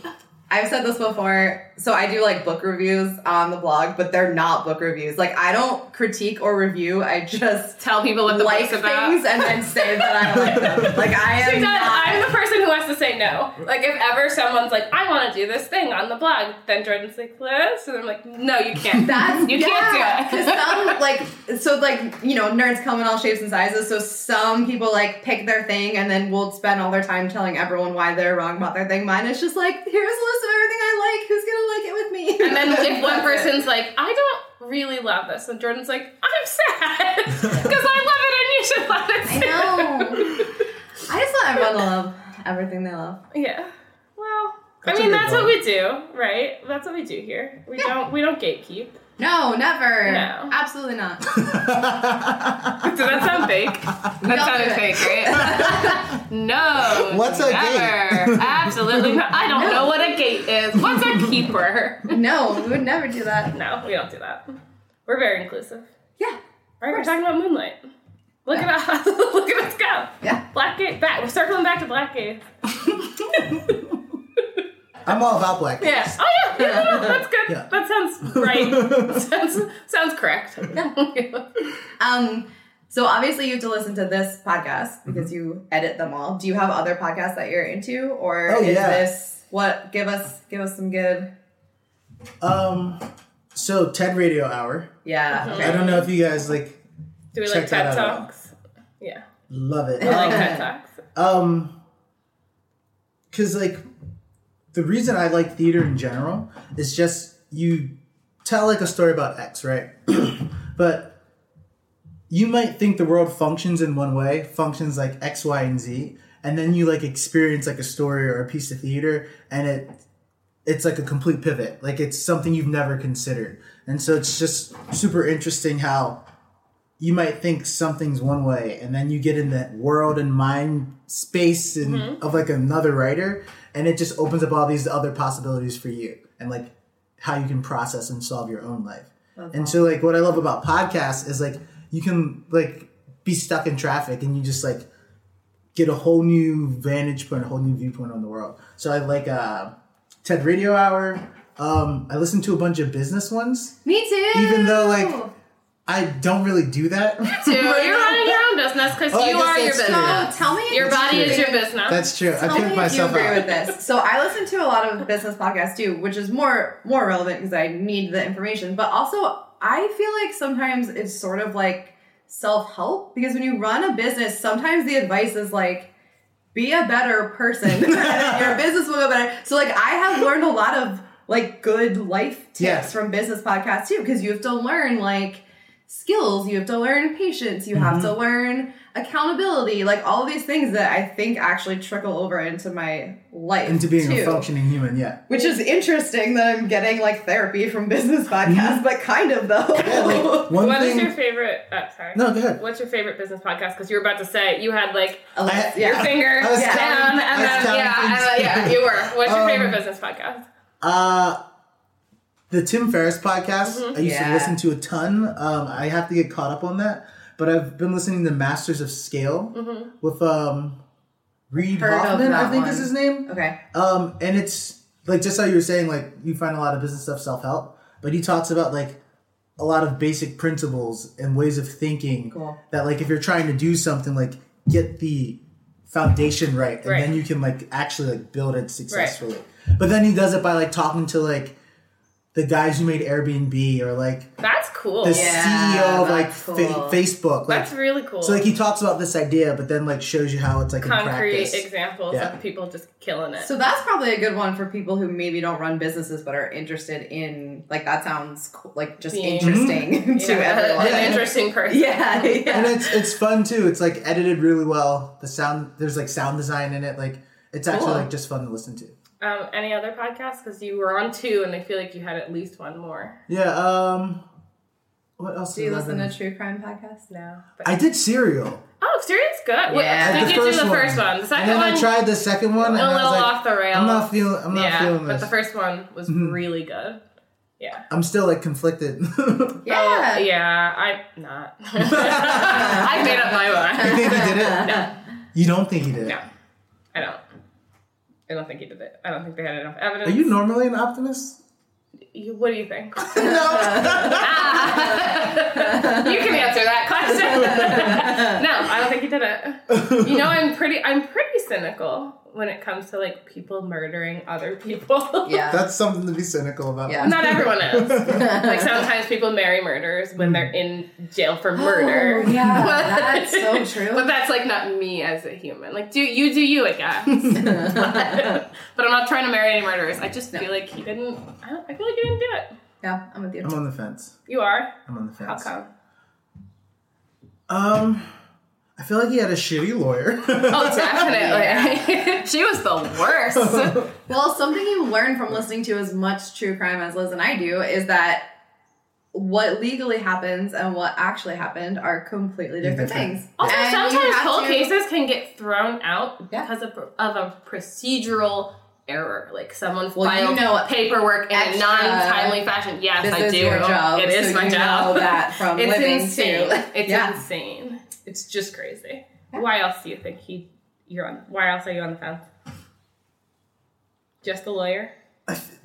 Speaker 2: I've said this before, so I do like book reviews on the blog, but they're not book reviews. Like I don't critique or review. I just
Speaker 4: Tell people what the
Speaker 2: like
Speaker 4: book's
Speaker 2: things
Speaker 4: about.
Speaker 2: and then say that I like them. Like I am
Speaker 4: She does.
Speaker 2: not.
Speaker 4: I'm the person who has to say no. Like, if ever someone's like, I want to do this thing on the blog, then Jordan's like, Liz? And I'm like, no, you can't.
Speaker 2: That's
Speaker 4: you
Speaker 2: yeah,
Speaker 4: can't do
Speaker 2: 'cause
Speaker 4: it.
Speaker 2: some like so like you know nerds come in all shapes and sizes. So some people like pick their thing and then will spend all their time telling everyone why they're wrong about their thing. Mine is just like here's a list of everything I like. Who's gonna like it with me?
Speaker 4: And then if one
Speaker 2: That's it.
Speaker 4: person's like, I don't really love this, and Jordan's like, I'm sad because I love it and you should love it.
Speaker 2: I know. I just want everyone to love everything they love.
Speaker 4: too." Yeah. Well,
Speaker 3: That's
Speaker 4: I
Speaker 3: a
Speaker 4: mean,
Speaker 3: good
Speaker 4: that's what
Speaker 3: point.
Speaker 4: we do, right? That's what we do here. We don't we don't gatekeep.
Speaker 2: No, never.
Speaker 4: No.
Speaker 2: Absolutely not.
Speaker 4: Does that sound fake? That
Speaker 2: don't
Speaker 4: sounded
Speaker 2: do it.
Speaker 4: fake, right? no.
Speaker 3: What's a
Speaker 4: never.
Speaker 3: gate?
Speaker 4: Absolutely not. I don't
Speaker 2: No.
Speaker 4: know what a gate is. What's a keeper?
Speaker 2: No, we would never do that.
Speaker 4: no, we don't do that. We're very inclusive.
Speaker 2: Yeah.
Speaker 4: All right, we're talking about Moonlight. Look at us. Look at us go.
Speaker 2: Yeah.
Speaker 4: Blackgate back. We're circling back to Blackgate.
Speaker 3: I'm all about black. people.
Speaker 4: Yeah. Oh yeah. yeah, no, no, that's good.
Speaker 3: Yeah.
Speaker 4: That sounds right. sounds sounds correct.
Speaker 2: Um. So obviously you have to listen to this podcast because
Speaker 3: Mm-hmm.
Speaker 2: you edit them all. Do you have other podcasts that you're into, or
Speaker 3: Oh,
Speaker 2: is
Speaker 3: yeah.
Speaker 2: this what? Give us, give us some good.
Speaker 3: Um. So TED Radio Hour.
Speaker 4: Mm-hmm.
Speaker 2: Yeah.
Speaker 3: I don't know if you guys like
Speaker 4: Do we
Speaker 3: Check
Speaker 4: like TED
Speaker 3: that out.
Speaker 4: talks? Yeah.
Speaker 3: love it.
Speaker 4: I like
Speaker 3: Um,
Speaker 4: TED talks.
Speaker 3: Um, because like the reason I like theater in general is just you tell like a story about X, right? but you might think the world functions in one way, functions like X, Y, and Z, and then you like experience like a story or a piece of theater, and it it's like a complete pivot. Like it's something you've never considered, and so it's just super interesting how you might think something's one way and then you get in that world and mind space and of like another writer and it just opens up all these other possibilities for you and like how you can process and solve your own life and so like what i love about podcasts is like you can like be stuck in traffic and you just like get a whole new vantage point a whole new viewpoint on the world so i like uh ted radio hour um i listen to a bunch of business ones
Speaker 2: Me too.
Speaker 3: even though like I don't really do that.
Speaker 4: Two. You're running your own business because
Speaker 3: Oh, I
Speaker 4: you
Speaker 3: guess
Speaker 4: are your
Speaker 3: that's
Speaker 4: business.
Speaker 3: true.
Speaker 2: Oh, tell me
Speaker 4: Your
Speaker 2: if you
Speaker 4: body is your
Speaker 2: agree.
Speaker 4: business.
Speaker 3: That's true. I
Speaker 2: Tell me
Speaker 3: picked
Speaker 2: if
Speaker 3: myself
Speaker 2: you agree
Speaker 3: out.
Speaker 2: with this. So I listen to a lot of business podcasts too, which is more more relevant because I need the information. But also, I feel like sometimes it's sort of like self help because when you run a business, sometimes the advice is like. Be a better person. and then your business will go better. So, like, I have learned a lot of like good life tips
Speaker 3: Yeah.
Speaker 2: from business podcasts too, because you have to learn like skills, you have to learn patience, you have to
Speaker 3: Mm-hmm.
Speaker 2: learn accountability, like all of these things that I think actually trickle over into my life.
Speaker 3: Into being
Speaker 2: too.
Speaker 3: a functioning human, yeah.
Speaker 2: Which is interesting that I'm getting like therapy from business
Speaker 3: Mm-hmm.
Speaker 2: podcasts, but kind of though.
Speaker 3: Like, one
Speaker 4: What is
Speaker 3: thing.
Speaker 4: your favorite? Oh, sorry.
Speaker 3: No, go ahead.
Speaker 4: What's your favorite business podcast? Because you were about to say you had like
Speaker 2: Unless-
Speaker 3: I-
Speaker 2: yeah.
Speaker 4: your finger
Speaker 3: I was
Speaker 4: down,
Speaker 3: counting- I
Speaker 4: and
Speaker 3: was
Speaker 4: then
Speaker 3: counting
Speaker 4: yeah, and, uh, yeah,
Speaker 3: things.
Speaker 4: you were. What's your
Speaker 3: Um,
Speaker 4: favorite business podcast?
Speaker 3: Uh, the Tim Ferriss podcast. I used
Speaker 2: Mm-hmm. Yeah.
Speaker 3: to listen to a ton. Um, I have to get caught up on that, but I've been listening to Masters of Scale with um, Reed
Speaker 2: Mm-hmm. Heard of
Speaker 3: Hoffman. I
Speaker 2: that
Speaker 3: think
Speaker 2: one.
Speaker 3: is his name.
Speaker 2: Okay.
Speaker 3: Um, and it's like just how you were saying, like you find a lot of business stuff self help, but he talks about like a lot of basic principles and ways of thinking
Speaker 2: Cool.
Speaker 3: that like if you're trying to do something, like get the foundation right, and
Speaker 4: Right.
Speaker 3: then you can like actually like build it successfully. But then he does it by like talking to like the guys who made Airbnb or like
Speaker 4: That's cool.
Speaker 3: the CEO of like
Speaker 2: that's
Speaker 3: fa-
Speaker 2: cool.
Speaker 3: Facebook. Like,
Speaker 4: That's really cool.
Speaker 3: so like he talks about this idea, but then like shows you how it's like in
Speaker 4: Concrete
Speaker 3: practice.
Speaker 4: examples
Speaker 3: Yeah.
Speaker 4: of people just killing it.
Speaker 2: So that's probably a good one for people who maybe don't run businesses but are interested in like that sounds co- like just
Speaker 4: Being-
Speaker 3: Mm-hmm.
Speaker 2: interesting to
Speaker 4: Yeah,
Speaker 2: everyone.
Speaker 4: An interesting person.
Speaker 2: Yeah, yeah.
Speaker 3: and it's it's fun too. It's like edited really well. The sound there's like sound design in it. Like it's actually
Speaker 2: Cool.
Speaker 3: like just fun to listen to.
Speaker 4: Um, any other podcasts? Because you were on two, and I feel like you had at least one more.
Speaker 3: Yeah. Um. What else?
Speaker 2: Do you
Speaker 3: did I
Speaker 2: listen
Speaker 3: been-
Speaker 2: to true crime podcasts?
Speaker 4: No. But,
Speaker 3: I did Serial.
Speaker 4: oh, serious? Good. Wait,
Speaker 2: Yeah.
Speaker 4: so
Speaker 3: Like
Speaker 4: you did do the first one. The
Speaker 3: and
Speaker 4: second
Speaker 3: then
Speaker 4: one,
Speaker 3: I tried the second one.
Speaker 4: a
Speaker 3: and I
Speaker 4: little
Speaker 3: was like,
Speaker 4: off the rail.
Speaker 3: I'm not feeling. I'm not
Speaker 4: yeah,
Speaker 3: feeling
Speaker 4: but
Speaker 3: this. Mm-hmm.
Speaker 4: the first one was really good.
Speaker 3: I'm still like conflicted. you
Speaker 2: Yeah.
Speaker 4: Oh, yeah. I'm not. I made up my mind.
Speaker 3: think he did it?
Speaker 4: No.
Speaker 3: You don't think he did it?
Speaker 4: No. I don't. I don't think he did it. I don't think they had enough evidence.
Speaker 3: Are you normally an optimist?
Speaker 4: You- What do you think?
Speaker 3: no.
Speaker 4: you can answer that question. no, I don't think he did it. You know, I'm pretty. I'm pretty cynical when it comes to like people murdering other people.
Speaker 2: Yeah.
Speaker 3: That's something to be cynical about.
Speaker 2: Yeah.
Speaker 4: Not everyone is. Like sometimes people marry murderers when they're in jail for murder.
Speaker 2: Oh, yeah, that's so true.
Speaker 4: But that's like not me as a human. Like do you do you, I guess. but, I'm not trying to marry any murderers. I just feel like he didn't. I, don't, I feel like he didn't do it.
Speaker 2: yeah, I'm with you.
Speaker 3: I'm on the fence.
Speaker 4: You are.
Speaker 3: I'm on the fence.
Speaker 4: How come?
Speaker 3: Um, I feel like he had a shitty lawyer.
Speaker 4: Oh, definitely. she was the worst.
Speaker 2: Well, something you learn from listening to as much true crime as Liz and I do is that what legally happens and what actually happened are completely different,
Speaker 3: Different.
Speaker 2: things.
Speaker 4: Also,
Speaker 2: And you
Speaker 4: sometimes
Speaker 2: have
Speaker 4: cold
Speaker 2: to-
Speaker 4: cases can get thrown out
Speaker 2: Yeah.
Speaker 4: because of, of a procedural error. Like someone
Speaker 2: Well, you
Speaker 4: filed
Speaker 2: know what-
Speaker 4: paperwork in
Speaker 2: Extra-
Speaker 4: a non-timely fashion. Yes,
Speaker 2: This
Speaker 4: I
Speaker 2: is
Speaker 4: do.
Speaker 2: your job,
Speaker 4: it is
Speaker 2: so
Speaker 4: my
Speaker 2: you
Speaker 4: job.
Speaker 2: know that from
Speaker 4: it's
Speaker 2: living,
Speaker 4: insane.
Speaker 2: too.
Speaker 4: It's
Speaker 2: Yeah.
Speaker 4: insane. It's just crazy. Why else do you think he? You're on. Why else are you on the fence? Just the lawyer.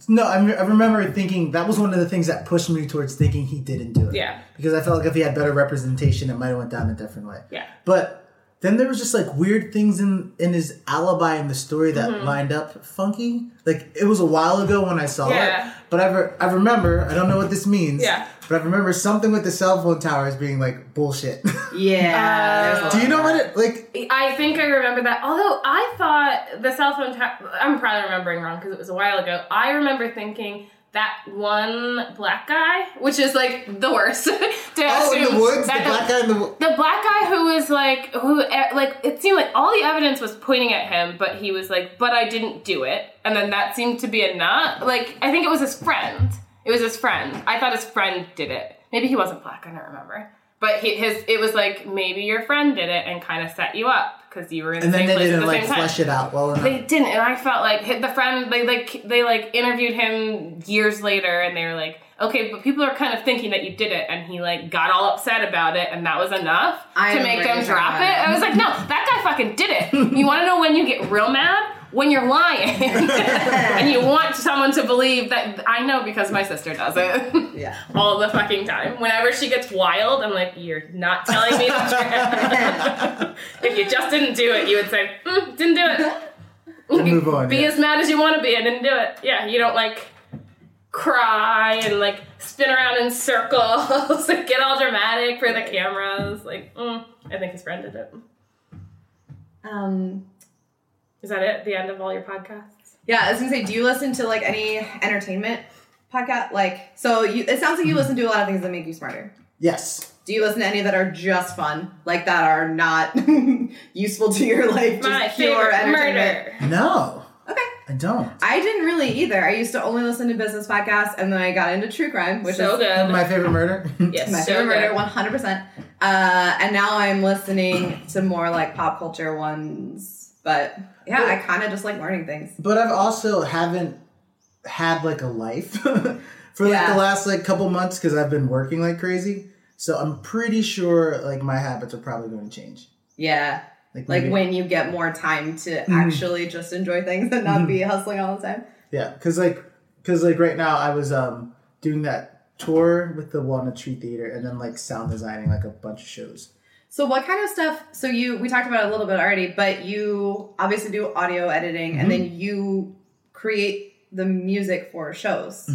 Speaker 3: no, I, me- I remember thinking that was one of the things that pushed me towards thinking he didn't do it.
Speaker 4: Yeah.
Speaker 3: Because I felt like if he had better representation, it might have went down a different way.
Speaker 4: Yeah.
Speaker 3: But then there was just like weird things in in his alibi in the story that
Speaker 4: Mm-hmm.
Speaker 3: lined up funky. Like it was a while ago when I saw
Speaker 4: Yeah.
Speaker 3: it, but I, re- I remember I don't know what this means.
Speaker 4: Yeah.
Speaker 3: But I remember something with the cell phone towers being like bullshit.
Speaker 2: Yeah. there's a
Speaker 4: Uh,
Speaker 2: lot
Speaker 3: Do you
Speaker 2: of
Speaker 3: know
Speaker 2: that.
Speaker 3: what it like?
Speaker 4: I think I remember that. Although I thought the cell phone tower, I'm probably remembering wrong because it was a while ago. I remember thinking that one black guy, which is like the worst. to
Speaker 3: Oh, in
Speaker 4: assume
Speaker 3: the woods, the
Speaker 4: that
Speaker 3: black guy in the wo-
Speaker 4: the black guy who was like who eh, like it seemed like all the evidence was pointing at him but he was like but i didn't do it and then that seemed to be enough like i think it was his friend it was his friend i thought his friend did it maybe he wasn't black i don't remember but he, his it was like maybe your friend did it and kind of set you up because you were in the
Speaker 3: And then
Speaker 4: same
Speaker 3: they
Speaker 4: place at
Speaker 3: didn't
Speaker 4: the
Speaker 3: like
Speaker 4: same time
Speaker 3: flesh it out well enough.
Speaker 4: they didn't, and I felt like hi- the friend they like they like interviewed him years later, and they were like, "Okay, but people are kind of thinking that you did it," and he like got all upset about it, and that was enough
Speaker 2: I
Speaker 4: to make
Speaker 2: agree
Speaker 4: them
Speaker 2: with
Speaker 4: drop it.
Speaker 2: that.
Speaker 4: I was like, "No, that guy fucking did it." you want to know when you get real mad? When you're lying, and you want someone to believe that I know because my sister does it
Speaker 2: Yeah.
Speaker 4: all the fucking time. Whenever she gets wild, I'm like, "You're not telling me the truth." if you just didn't do it, you would say, mm, "Didn't do it."
Speaker 3: move on.
Speaker 4: be
Speaker 3: yeah.
Speaker 4: as mad as you want to be. I didn't do it. Yeah, you don't like cry and like spin around in circles and get all dramatic for the cameras. Like, mm, I think his friend did it.
Speaker 2: Um,
Speaker 4: Is that it? The end of all your podcasts?
Speaker 2: Yeah, I was gonna say, do you listen to like any entertainment podcast? Like, so you, it sounds like you listen to a lot of things that make you smarter.
Speaker 3: yes.
Speaker 2: Do you listen to any that are just fun, like that are not useful to your life? Just
Speaker 4: My
Speaker 2: pure
Speaker 4: favorite
Speaker 2: entertainment.
Speaker 4: murder.
Speaker 3: No,
Speaker 2: Okay,
Speaker 3: I don't.
Speaker 2: I didn't really either. I used to only listen to business podcasts, and then I got into true crime, which
Speaker 4: So
Speaker 2: is
Speaker 4: good.
Speaker 3: My favorite murder.
Speaker 4: yes,
Speaker 2: my
Speaker 4: so
Speaker 2: favorite murder,
Speaker 4: good.
Speaker 2: one hundred percent. Uh, And now I'm listening to more like pop culture ones, but yeah, I kind of just like learning things.
Speaker 3: but I've also haven't had like a life for like
Speaker 2: Yeah.
Speaker 3: the last like couple months because I've been working like crazy. So I'm pretty sure like my habits are probably going to change.
Speaker 2: Yeah. like
Speaker 3: maybe-
Speaker 2: when you get more time to actually just enjoy things and not be hustling all the time.
Speaker 3: yeah, because like because like right now I was um doing that tour with the Walnut Tree Theater and then like sound designing like a bunch of shows.
Speaker 2: So what kind of stuff? So you we talked about it a little bit already, but you obviously do
Speaker 3: Mm-hmm. Mm-hmm.
Speaker 2: audio editing and then you create the music for shows.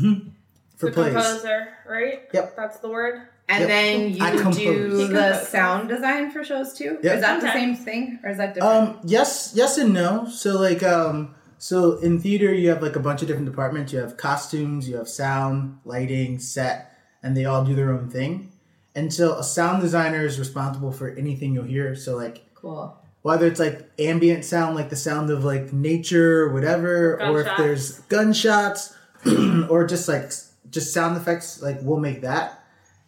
Speaker 3: for
Speaker 4: the
Speaker 3: plays.
Speaker 4: composer, right?
Speaker 3: Yep.
Speaker 4: That's the word.
Speaker 2: And
Speaker 3: Yep.
Speaker 2: then
Speaker 3: I
Speaker 2: you
Speaker 3: compose.
Speaker 2: do
Speaker 4: He
Speaker 2: the
Speaker 4: composes.
Speaker 2: sound design for shows too.
Speaker 3: Yep.
Speaker 2: Is that the
Speaker 4: Okay.
Speaker 2: same thing, or is that different?
Speaker 3: Um, yes, yes and no. So like um so in theater you have like a bunch of different departments. You have costumes, you have sound, lighting, set, and they all do their own thing. And so a sound designer is responsible for anything you'll hear. So like
Speaker 2: cool.
Speaker 3: whether it's like ambient sound, like the sound of like nature or whatever, or if
Speaker 4: Gunshots.
Speaker 3: there's gunshots, or just like s- just sound effects, like we'll make that.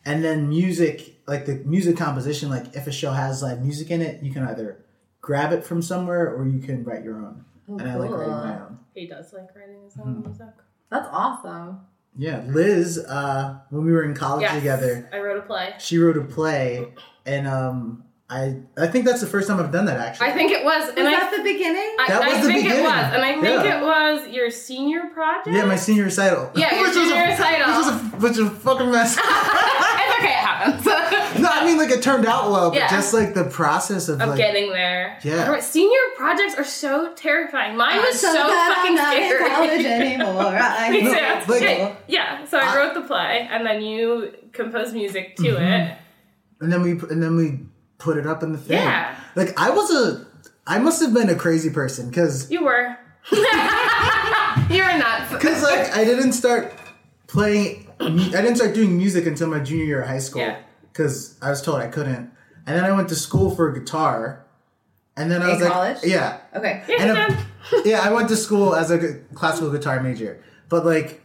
Speaker 3: And then music, like the music composition, like if a show has live music in it, you can either grab it from somewhere or you can write your own.
Speaker 4: Oh,
Speaker 3: and I like writing my own.
Speaker 4: He does like writing his
Speaker 2: Hmm.
Speaker 4: own music.
Speaker 2: That's awesome.
Speaker 3: Yeah, Liz, uh, when we were in college
Speaker 4: Yes.
Speaker 3: together,
Speaker 4: I wrote a play.
Speaker 3: she wrote a play, and um, I I think that's the first time I've done that actually.
Speaker 4: I think it was,
Speaker 2: Is
Speaker 4: and I,
Speaker 2: that the beginning?
Speaker 4: I,
Speaker 3: That
Speaker 4: I
Speaker 3: was the
Speaker 4: think it
Speaker 3: beginning.
Speaker 4: was, and I think
Speaker 3: Yeah.
Speaker 4: it was your senior project.
Speaker 3: yeah, my senior recital.
Speaker 4: Yeah, your
Speaker 3: Which was a-
Speaker 4: junior recital.
Speaker 3: Which was a, which was a fucking mess.
Speaker 4: it's okay, it happens.
Speaker 3: no, I mean like it turned out well, but
Speaker 4: Yeah.
Speaker 3: just like the process of
Speaker 4: of
Speaker 3: like
Speaker 4: getting there.
Speaker 3: Yeah.
Speaker 4: Alright, Senior projects are so terrifying. Mine was so,
Speaker 2: glad I'm
Speaker 4: fucking
Speaker 2: not
Speaker 4: scary.
Speaker 2: in college anymore. I
Speaker 4: Me
Speaker 2: know.
Speaker 4: too.
Speaker 3: No, like- uh,
Speaker 4: yeah, yeah. so I,
Speaker 3: I- Mm-hmm.
Speaker 4: wrote the play, and then you composed music to it.
Speaker 3: and then we and then we put it up in the thing.
Speaker 4: Yeah.
Speaker 3: Like I was a I must have been a crazy person because
Speaker 4: You were. You're nuts.
Speaker 3: because like I didn't start playing I didn't start doing music until my junior year of high school
Speaker 4: Yeah.
Speaker 3: because I was told I couldn't. And then I went to school for guitar. And then I
Speaker 2: In
Speaker 3: was like,
Speaker 2: college?
Speaker 3: yeah,
Speaker 2: Okay.
Speaker 3: And
Speaker 4: Yeah,
Speaker 3: a- yeah, I went to school as a gu- classical guitar major, but like,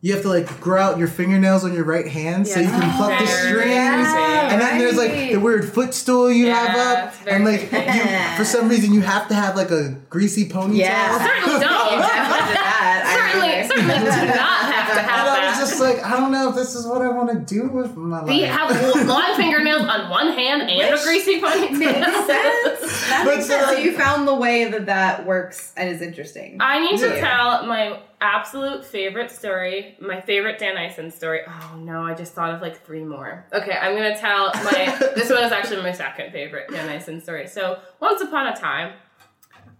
Speaker 3: you have to like grow out your fingernails on your right hand so you can pluck the
Speaker 4: Very
Speaker 3: strings.
Speaker 4: fancy.
Speaker 3: And then there's like the weird footstool you
Speaker 4: Yeah,
Speaker 3: have
Speaker 4: it's
Speaker 3: up,
Speaker 4: very
Speaker 3: and like
Speaker 4: creepy.
Speaker 3: you, for some reason you have to have like a greasy ponytail.
Speaker 2: Yeah.
Speaker 4: Certainly don't.
Speaker 2: After that, I
Speaker 4: certainly,
Speaker 2: remember.
Speaker 4: certainly do not have to
Speaker 3: And I
Speaker 4: have
Speaker 3: was
Speaker 4: that.
Speaker 3: just like, I don't know if this is what I want to do with my life.
Speaker 4: We have lo- long fingernails on one hand and a greasy
Speaker 2: Makes
Speaker 4: ponytail.
Speaker 2: sense. That
Speaker 3: But
Speaker 2: makes sense.
Speaker 3: so-
Speaker 2: So you found the way that that works and is interesting.
Speaker 4: I need to
Speaker 2: Yeah.
Speaker 4: tell my absolute favorite story, my favorite Dan Ison story. Oh no, I just thought of like three more. Okay, I'm gonna tell my. this one is actually my second favorite Dan Ison story. So once upon a time,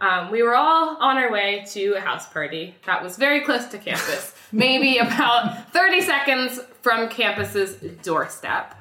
Speaker 4: um, we were all on our way to a house party that was very close to campus, maybe about 30 seconds from campus's doorstep.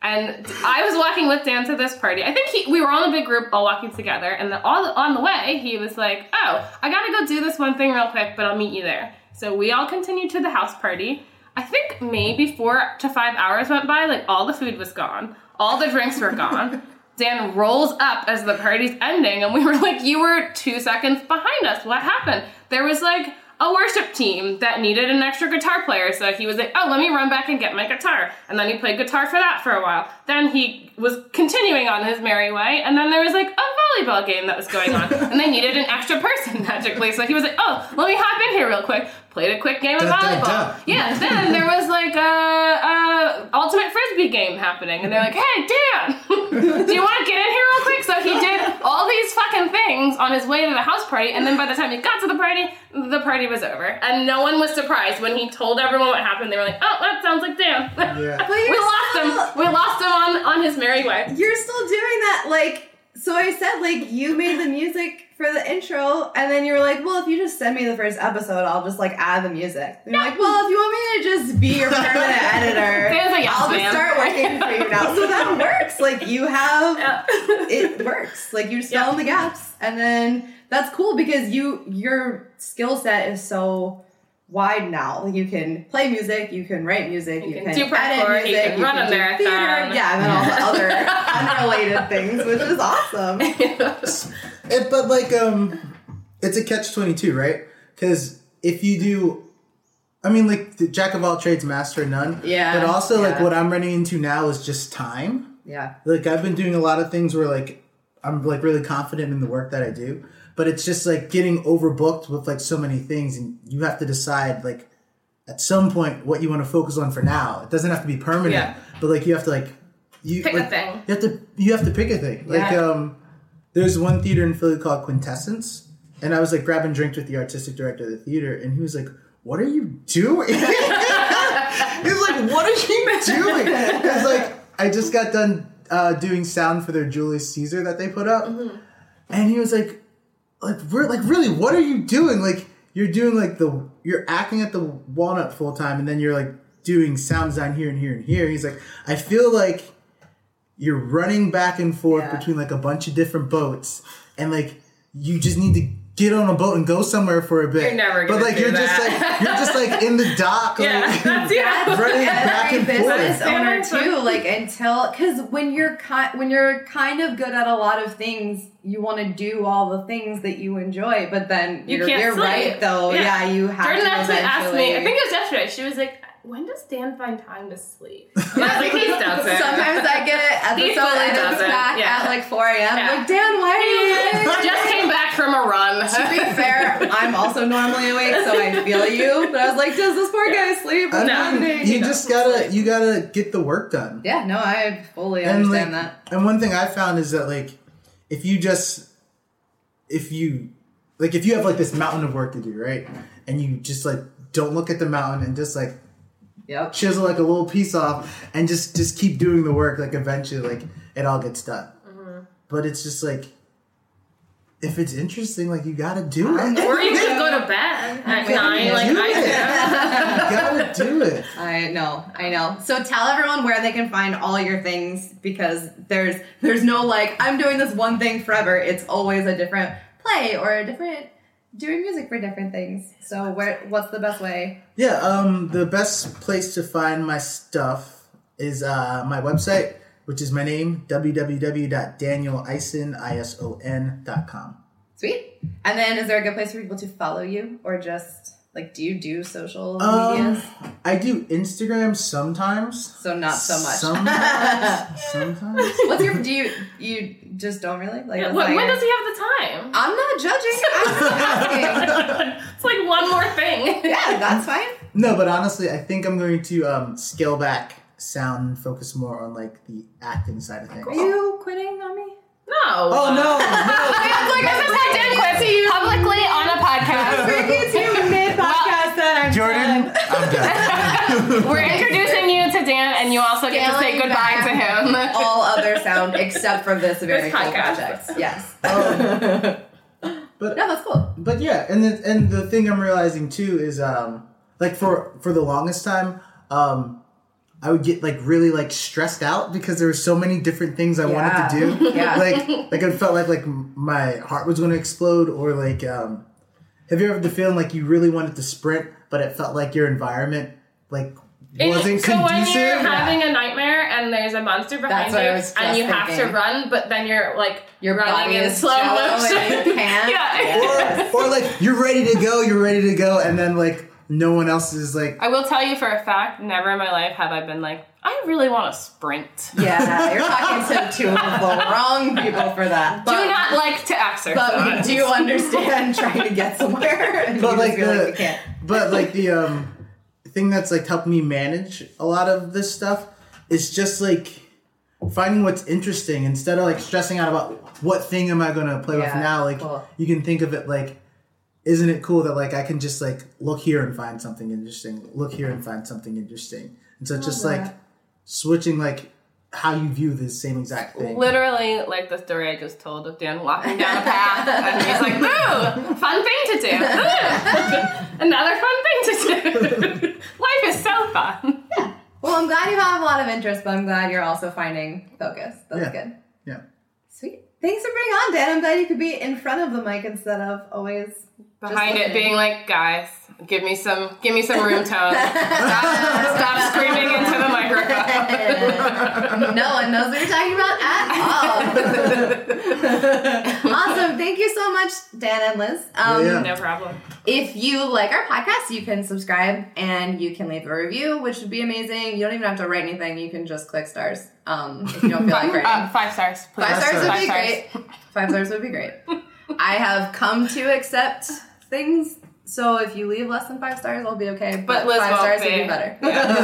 Speaker 4: And I was walking with Dan to this party. I think he, we were all in a big group, all walking together. And the, all on the way, he was like, "Oh, I gotta go do this one thing real quick, but I'll meet you there." So we all continued to the house party. I think maybe four to five hours went by. Like all the food was gone, all the drinks were gone. Dan rolls up as the party's ending, and we were like, "You were two seconds behind us. What happened?" There was like a worship team that needed an extra guitar player, so he was like, "Oh, let me run back and get my guitar." And then he played guitar for that for a while. Then he was continuing on his merry way, and then there was like a volleyball game that was going on, and they needed an extra person magically, so he was like, "Oh, let me hop in here real quick." Played a quick game of
Speaker 3: Da, da,
Speaker 4: volleyball.
Speaker 3: da.
Speaker 4: Yeah, then there was like a, a ultimate frisbee game happening, and they're like, "Hey, Dan, do you want to get in here real quick?" So he did all these fucking things on his way to the house party, and then by the time he got to the party, the party was over, and no one was surprised when he told everyone what happened. They were like, "Oh, that sounds like Dan."
Speaker 3: Yeah.
Speaker 2: But you're
Speaker 4: we lost
Speaker 2: still-
Speaker 4: him. We lost him on on his merry way.
Speaker 2: You're still doing that, like. So I said, like, you made the music for the intro, and then you were like, well, if you just send me the first episode, I'll just like add the music. And you're like, well, if you want me to just be your permanent editor,
Speaker 4: Dan's like, "Yes,
Speaker 2: I'll just
Speaker 4: ma'am."
Speaker 2: start working for you now. So that works. Like, you have
Speaker 4: Yeah.
Speaker 2: it works. Like you just fill in the gaps, and then that's cool because you your skill set is so wide now. Like you can play music, you can write music, you,
Speaker 4: can
Speaker 2: can,
Speaker 4: do parkour,
Speaker 2: edit
Speaker 4: you
Speaker 2: music,
Speaker 4: can run a
Speaker 2: do
Speaker 4: marathon.
Speaker 2: theater, yeah, and then all the other unrelated things, which is awesome.
Speaker 3: It, but like, um, it's a catch twenty two, right? Because if you do, I mean, like the jack of all trades, master of none.
Speaker 2: Yeah,
Speaker 3: But also, like
Speaker 2: yeah.
Speaker 3: what I'm running into now is just time.
Speaker 2: Yeah,
Speaker 3: Like I've been doing a lot of things where like I'm like really confident in the work that I do, but it's just like getting overbooked with like so many things, and you have to decide like at some point what you want to focus on for now. It doesn't have to be permanent,
Speaker 4: Yeah.
Speaker 3: but like you have to like you
Speaker 4: Pick a
Speaker 3: like,
Speaker 4: thing.
Speaker 3: You have to you have to pick a thing. Like
Speaker 2: Yeah.
Speaker 3: um, there's one theater in Philly called Quintessence, and I was like grabbing drinks with the artistic director of the theater, and he was like, "What are you doing?" He's like, "What are you doing?" Because like I just got done uh, doing sound for their Julius Caesar that they put up, and he was like, "Like we're like really, what are you doing? Like." you're doing like the you're acting at the walnut full time, and then you're like doing sound design here and here and here. He's like, I feel like you're running back and forth
Speaker 2: Yeah.
Speaker 3: between like a bunch of different boats, and like you just need to get on a boat and go somewhere for a bit.
Speaker 4: You're never
Speaker 3: but
Speaker 4: gonna
Speaker 3: like
Speaker 4: do
Speaker 3: you're just
Speaker 4: that.
Speaker 3: like you're just like in the dock.
Speaker 4: Yeah,
Speaker 3: like,
Speaker 4: that's yeah.
Speaker 3: running back
Speaker 2: every
Speaker 3: and
Speaker 2: business
Speaker 3: forth.
Speaker 2: owner
Speaker 4: Yeah.
Speaker 2: too like until because when you're ki- when you're kind of good at a lot of things you want to do all the things that you enjoy but then
Speaker 4: You
Speaker 2: you're,
Speaker 4: can't
Speaker 2: you're
Speaker 4: sleep.
Speaker 2: right though
Speaker 4: Yeah.
Speaker 2: yeah, you have
Speaker 4: Jordan
Speaker 2: to
Speaker 4: actually asked me. I
Speaker 2: eventually-
Speaker 4: think it was yesterday. She was like, "When does Dan find time to sleep?" And I was like, "He doesn't."
Speaker 2: Sometimes I get an
Speaker 4: He
Speaker 2: episode
Speaker 4: fully
Speaker 2: and it's
Speaker 4: doesn't,
Speaker 2: back
Speaker 4: yeah.
Speaker 2: at like 4 a.m.
Speaker 4: Yeah.
Speaker 2: Like, Dan, why are you awake?
Speaker 4: just came back from a run.
Speaker 2: to be fair, I'm also normally awake, so I feel you. But I was like, does this poor guy sleep?
Speaker 3: I
Speaker 4: No.
Speaker 3: mean,
Speaker 4: Monday,
Speaker 3: you
Speaker 4: you know.
Speaker 3: just gotta you gotta get the work done.
Speaker 2: Yeah, no, I fully
Speaker 3: and like,
Speaker 2: understand that.
Speaker 3: and one thing I found is that like if you just if you like if you have like this mountain of work to do, right? And you just like don't look at the mountain and just like
Speaker 2: Yep.
Speaker 3: chisel like a little piece off and just just keep doing the work like eventually like it all gets done. But it's just like if it's interesting, like you gotta do it.
Speaker 4: or you could go to bed at
Speaker 2: waiting
Speaker 4: nine,
Speaker 2: to
Speaker 4: like
Speaker 3: do
Speaker 4: I
Speaker 3: it.
Speaker 4: do.
Speaker 3: You gotta do it.
Speaker 2: I know, I know. So tell everyone where they can find all your things because there's there's no like I'm doing this one thing forever. It's always a different play or a different doing music for different things. So where what's the best way?
Speaker 3: Yeah, um, the best place to find my stuff is uh, my website, which is my name, www.danielison.com.
Speaker 2: Sweet. And then is there a good place for people to follow you or just like do you do social
Speaker 3: Um,
Speaker 2: medias?
Speaker 3: I do Instagram sometimes.
Speaker 2: So not so much.
Speaker 3: Sometimes. sometimes.
Speaker 2: What's your do you you just don't really like? that's
Speaker 4: When,
Speaker 2: not
Speaker 4: when
Speaker 2: your-
Speaker 4: does he have the time?
Speaker 2: I'm not judging. I'm just asking.
Speaker 4: It's like one more thing.
Speaker 2: Yeah, that's fine.
Speaker 3: No, but honestly, I think I'm going to um, scale back sound and focus more on like the acting side of things.
Speaker 2: Are you quitting on me?
Speaker 4: No.
Speaker 3: Oh no! no.
Speaker 4: Like, this is how Dan quits publicly on a podcast.
Speaker 2: It's your mid podcast that I'm
Speaker 3: Jordan, I'm done.
Speaker 4: We're introducing you to Dan, and you also get to say
Speaker 2: Scaling
Speaker 4: goodbye
Speaker 2: back.
Speaker 4: to him.
Speaker 2: All other sound except for this very
Speaker 4: This
Speaker 2: cool
Speaker 4: podcast.
Speaker 2: project. Yes.
Speaker 3: Um,
Speaker 2: No, that's cool.
Speaker 3: but yeah, and the, and the thing I'm realizing too is um like for for the longest time um I would get like really like stressed out because there were so many different things I wanted to do.
Speaker 2: Yeah.
Speaker 3: Like like I felt like like my heart was going to explode or like um have you ever had the feeling like you really wanted to sprint but it felt like your environment like
Speaker 4: It-
Speaker 3: wasn't
Speaker 4: so when
Speaker 3: conducive?
Speaker 4: you're having a nightmare and there's a monster
Speaker 2: That's
Speaker 4: behind
Speaker 2: what I
Speaker 4: you
Speaker 2: was
Speaker 4: and
Speaker 2: just
Speaker 4: you have to
Speaker 2: thinking.
Speaker 4: run, but then you're like
Speaker 2: Your
Speaker 4: running
Speaker 2: body
Speaker 4: in
Speaker 2: is
Speaker 4: slow
Speaker 2: jello
Speaker 4: motion.
Speaker 2: and you can't.
Speaker 4: Yeah.
Speaker 2: Yes.
Speaker 3: or like you're ready to go, you're ready to go and then like no one else is like
Speaker 4: I will tell you for a fact, never in my life have I been like, I really want to sprint.
Speaker 2: Yeah, you're talking to two of the wrong people for that. But,
Speaker 4: Do not like to exercise.
Speaker 2: But we do understand trying to get somewhere. And
Speaker 3: But
Speaker 2: you
Speaker 3: like
Speaker 2: just feel
Speaker 3: the-
Speaker 2: like you can't.
Speaker 3: but like the um thing that's like helped me manage a lot of this stuff is just like finding what's interesting instead of like stressing out about what thing am I gonna play
Speaker 2: Yeah,
Speaker 3: with now. Like
Speaker 2: cool.
Speaker 3: you can think of it like, isn't it cool that like I can just like look here and find something interesting, look here and find something interesting, and so just like switching like how you view the same exact thing.
Speaker 4: Literally, like the story I just told of Dan walking down a path, and he's like, "Ooh, fun thing to do! Ooh, another fun thing to do! Life is so fun."
Speaker 2: Well, I'm glad you have a lot of interest, but I'm glad you're also finding focus. That's
Speaker 3: Yeah.
Speaker 2: good.
Speaker 3: Yeah.
Speaker 2: Sweet. Thanks for bringing on, Dan. I'm glad you could be in front of the mic instead of always
Speaker 4: Behind
Speaker 2: Just
Speaker 4: it, being like, "Guys, give me some, give me some room tone. Stop, stop screaming into the microphone."
Speaker 2: no one knows what you're talking about at all. awesome. Thank you so much, Dan and Liz. Um,
Speaker 3: Yeah.
Speaker 4: no problem.
Speaker 2: If you like our podcast, you can subscribe and you can leave a review, which would be amazing. You don't even have to write anything. You can just click stars um, if you don't feel like writing.
Speaker 4: Uh, five stars, please.
Speaker 2: Five stars would
Speaker 4: Five
Speaker 2: be great. Five stars would be great. I have come to accept things, so if you leave less than five stars, I'll be okay. But,
Speaker 4: But Liz
Speaker 2: five
Speaker 4: won't
Speaker 2: stars
Speaker 4: be.
Speaker 2: would be better.
Speaker 4: Yeah.
Speaker 2: Um,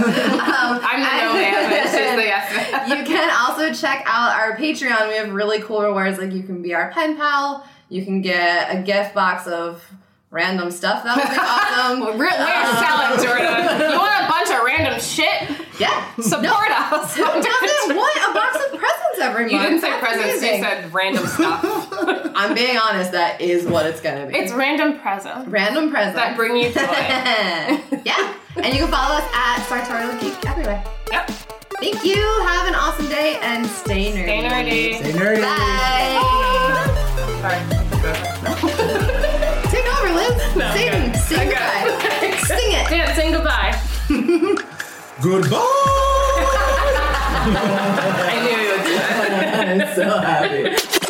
Speaker 4: I'm the no man, but she's the yes man.
Speaker 2: you can also check out our Patreon. We have really cool rewards, like you can be our pen pal, you can get a gift box of random stuff. That would be awesome.
Speaker 4: We're, we're selling, Jordan. You want a bunch of random shit?
Speaker 2: yeah.
Speaker 4: Support us.
Speaker 2: Who doesn't want a box of presents every month?
Speaker 4: You didn't say
Speaker 2: That's
Speaker 4: presents, you
Speaker 2: amazing.
Speaker 4: said random stuff.
Speaker 2: I'm being honest. That is what it's gonna be.
Speaker 4: It's random presents
Speaker 2: random present.
Speaker 4: that bring you joy.
Speaker 2: yeah. And you can follow us at Sartorial Geek everywhere.
Speaker 4: Yep.
Speaker 2: Thank you. Have an awesome day and stay nerdy.
Speaker 4: Stay nerdy.
Speaker 3: Stay nerdy.
Speaker 2: Bye.
Speaker 4: Sorry. I took over.
Speaker 2: Take over, Liz. sing, sing,
Speaker 4: okay. Okay.
Speaker 2: goodbye. sing it.
Speaker 4: Dan, saying goodbye.
Speaker 3: Goodbye.
Speaker 4: I knew you would do that.
Speaker 3: I'm so happy.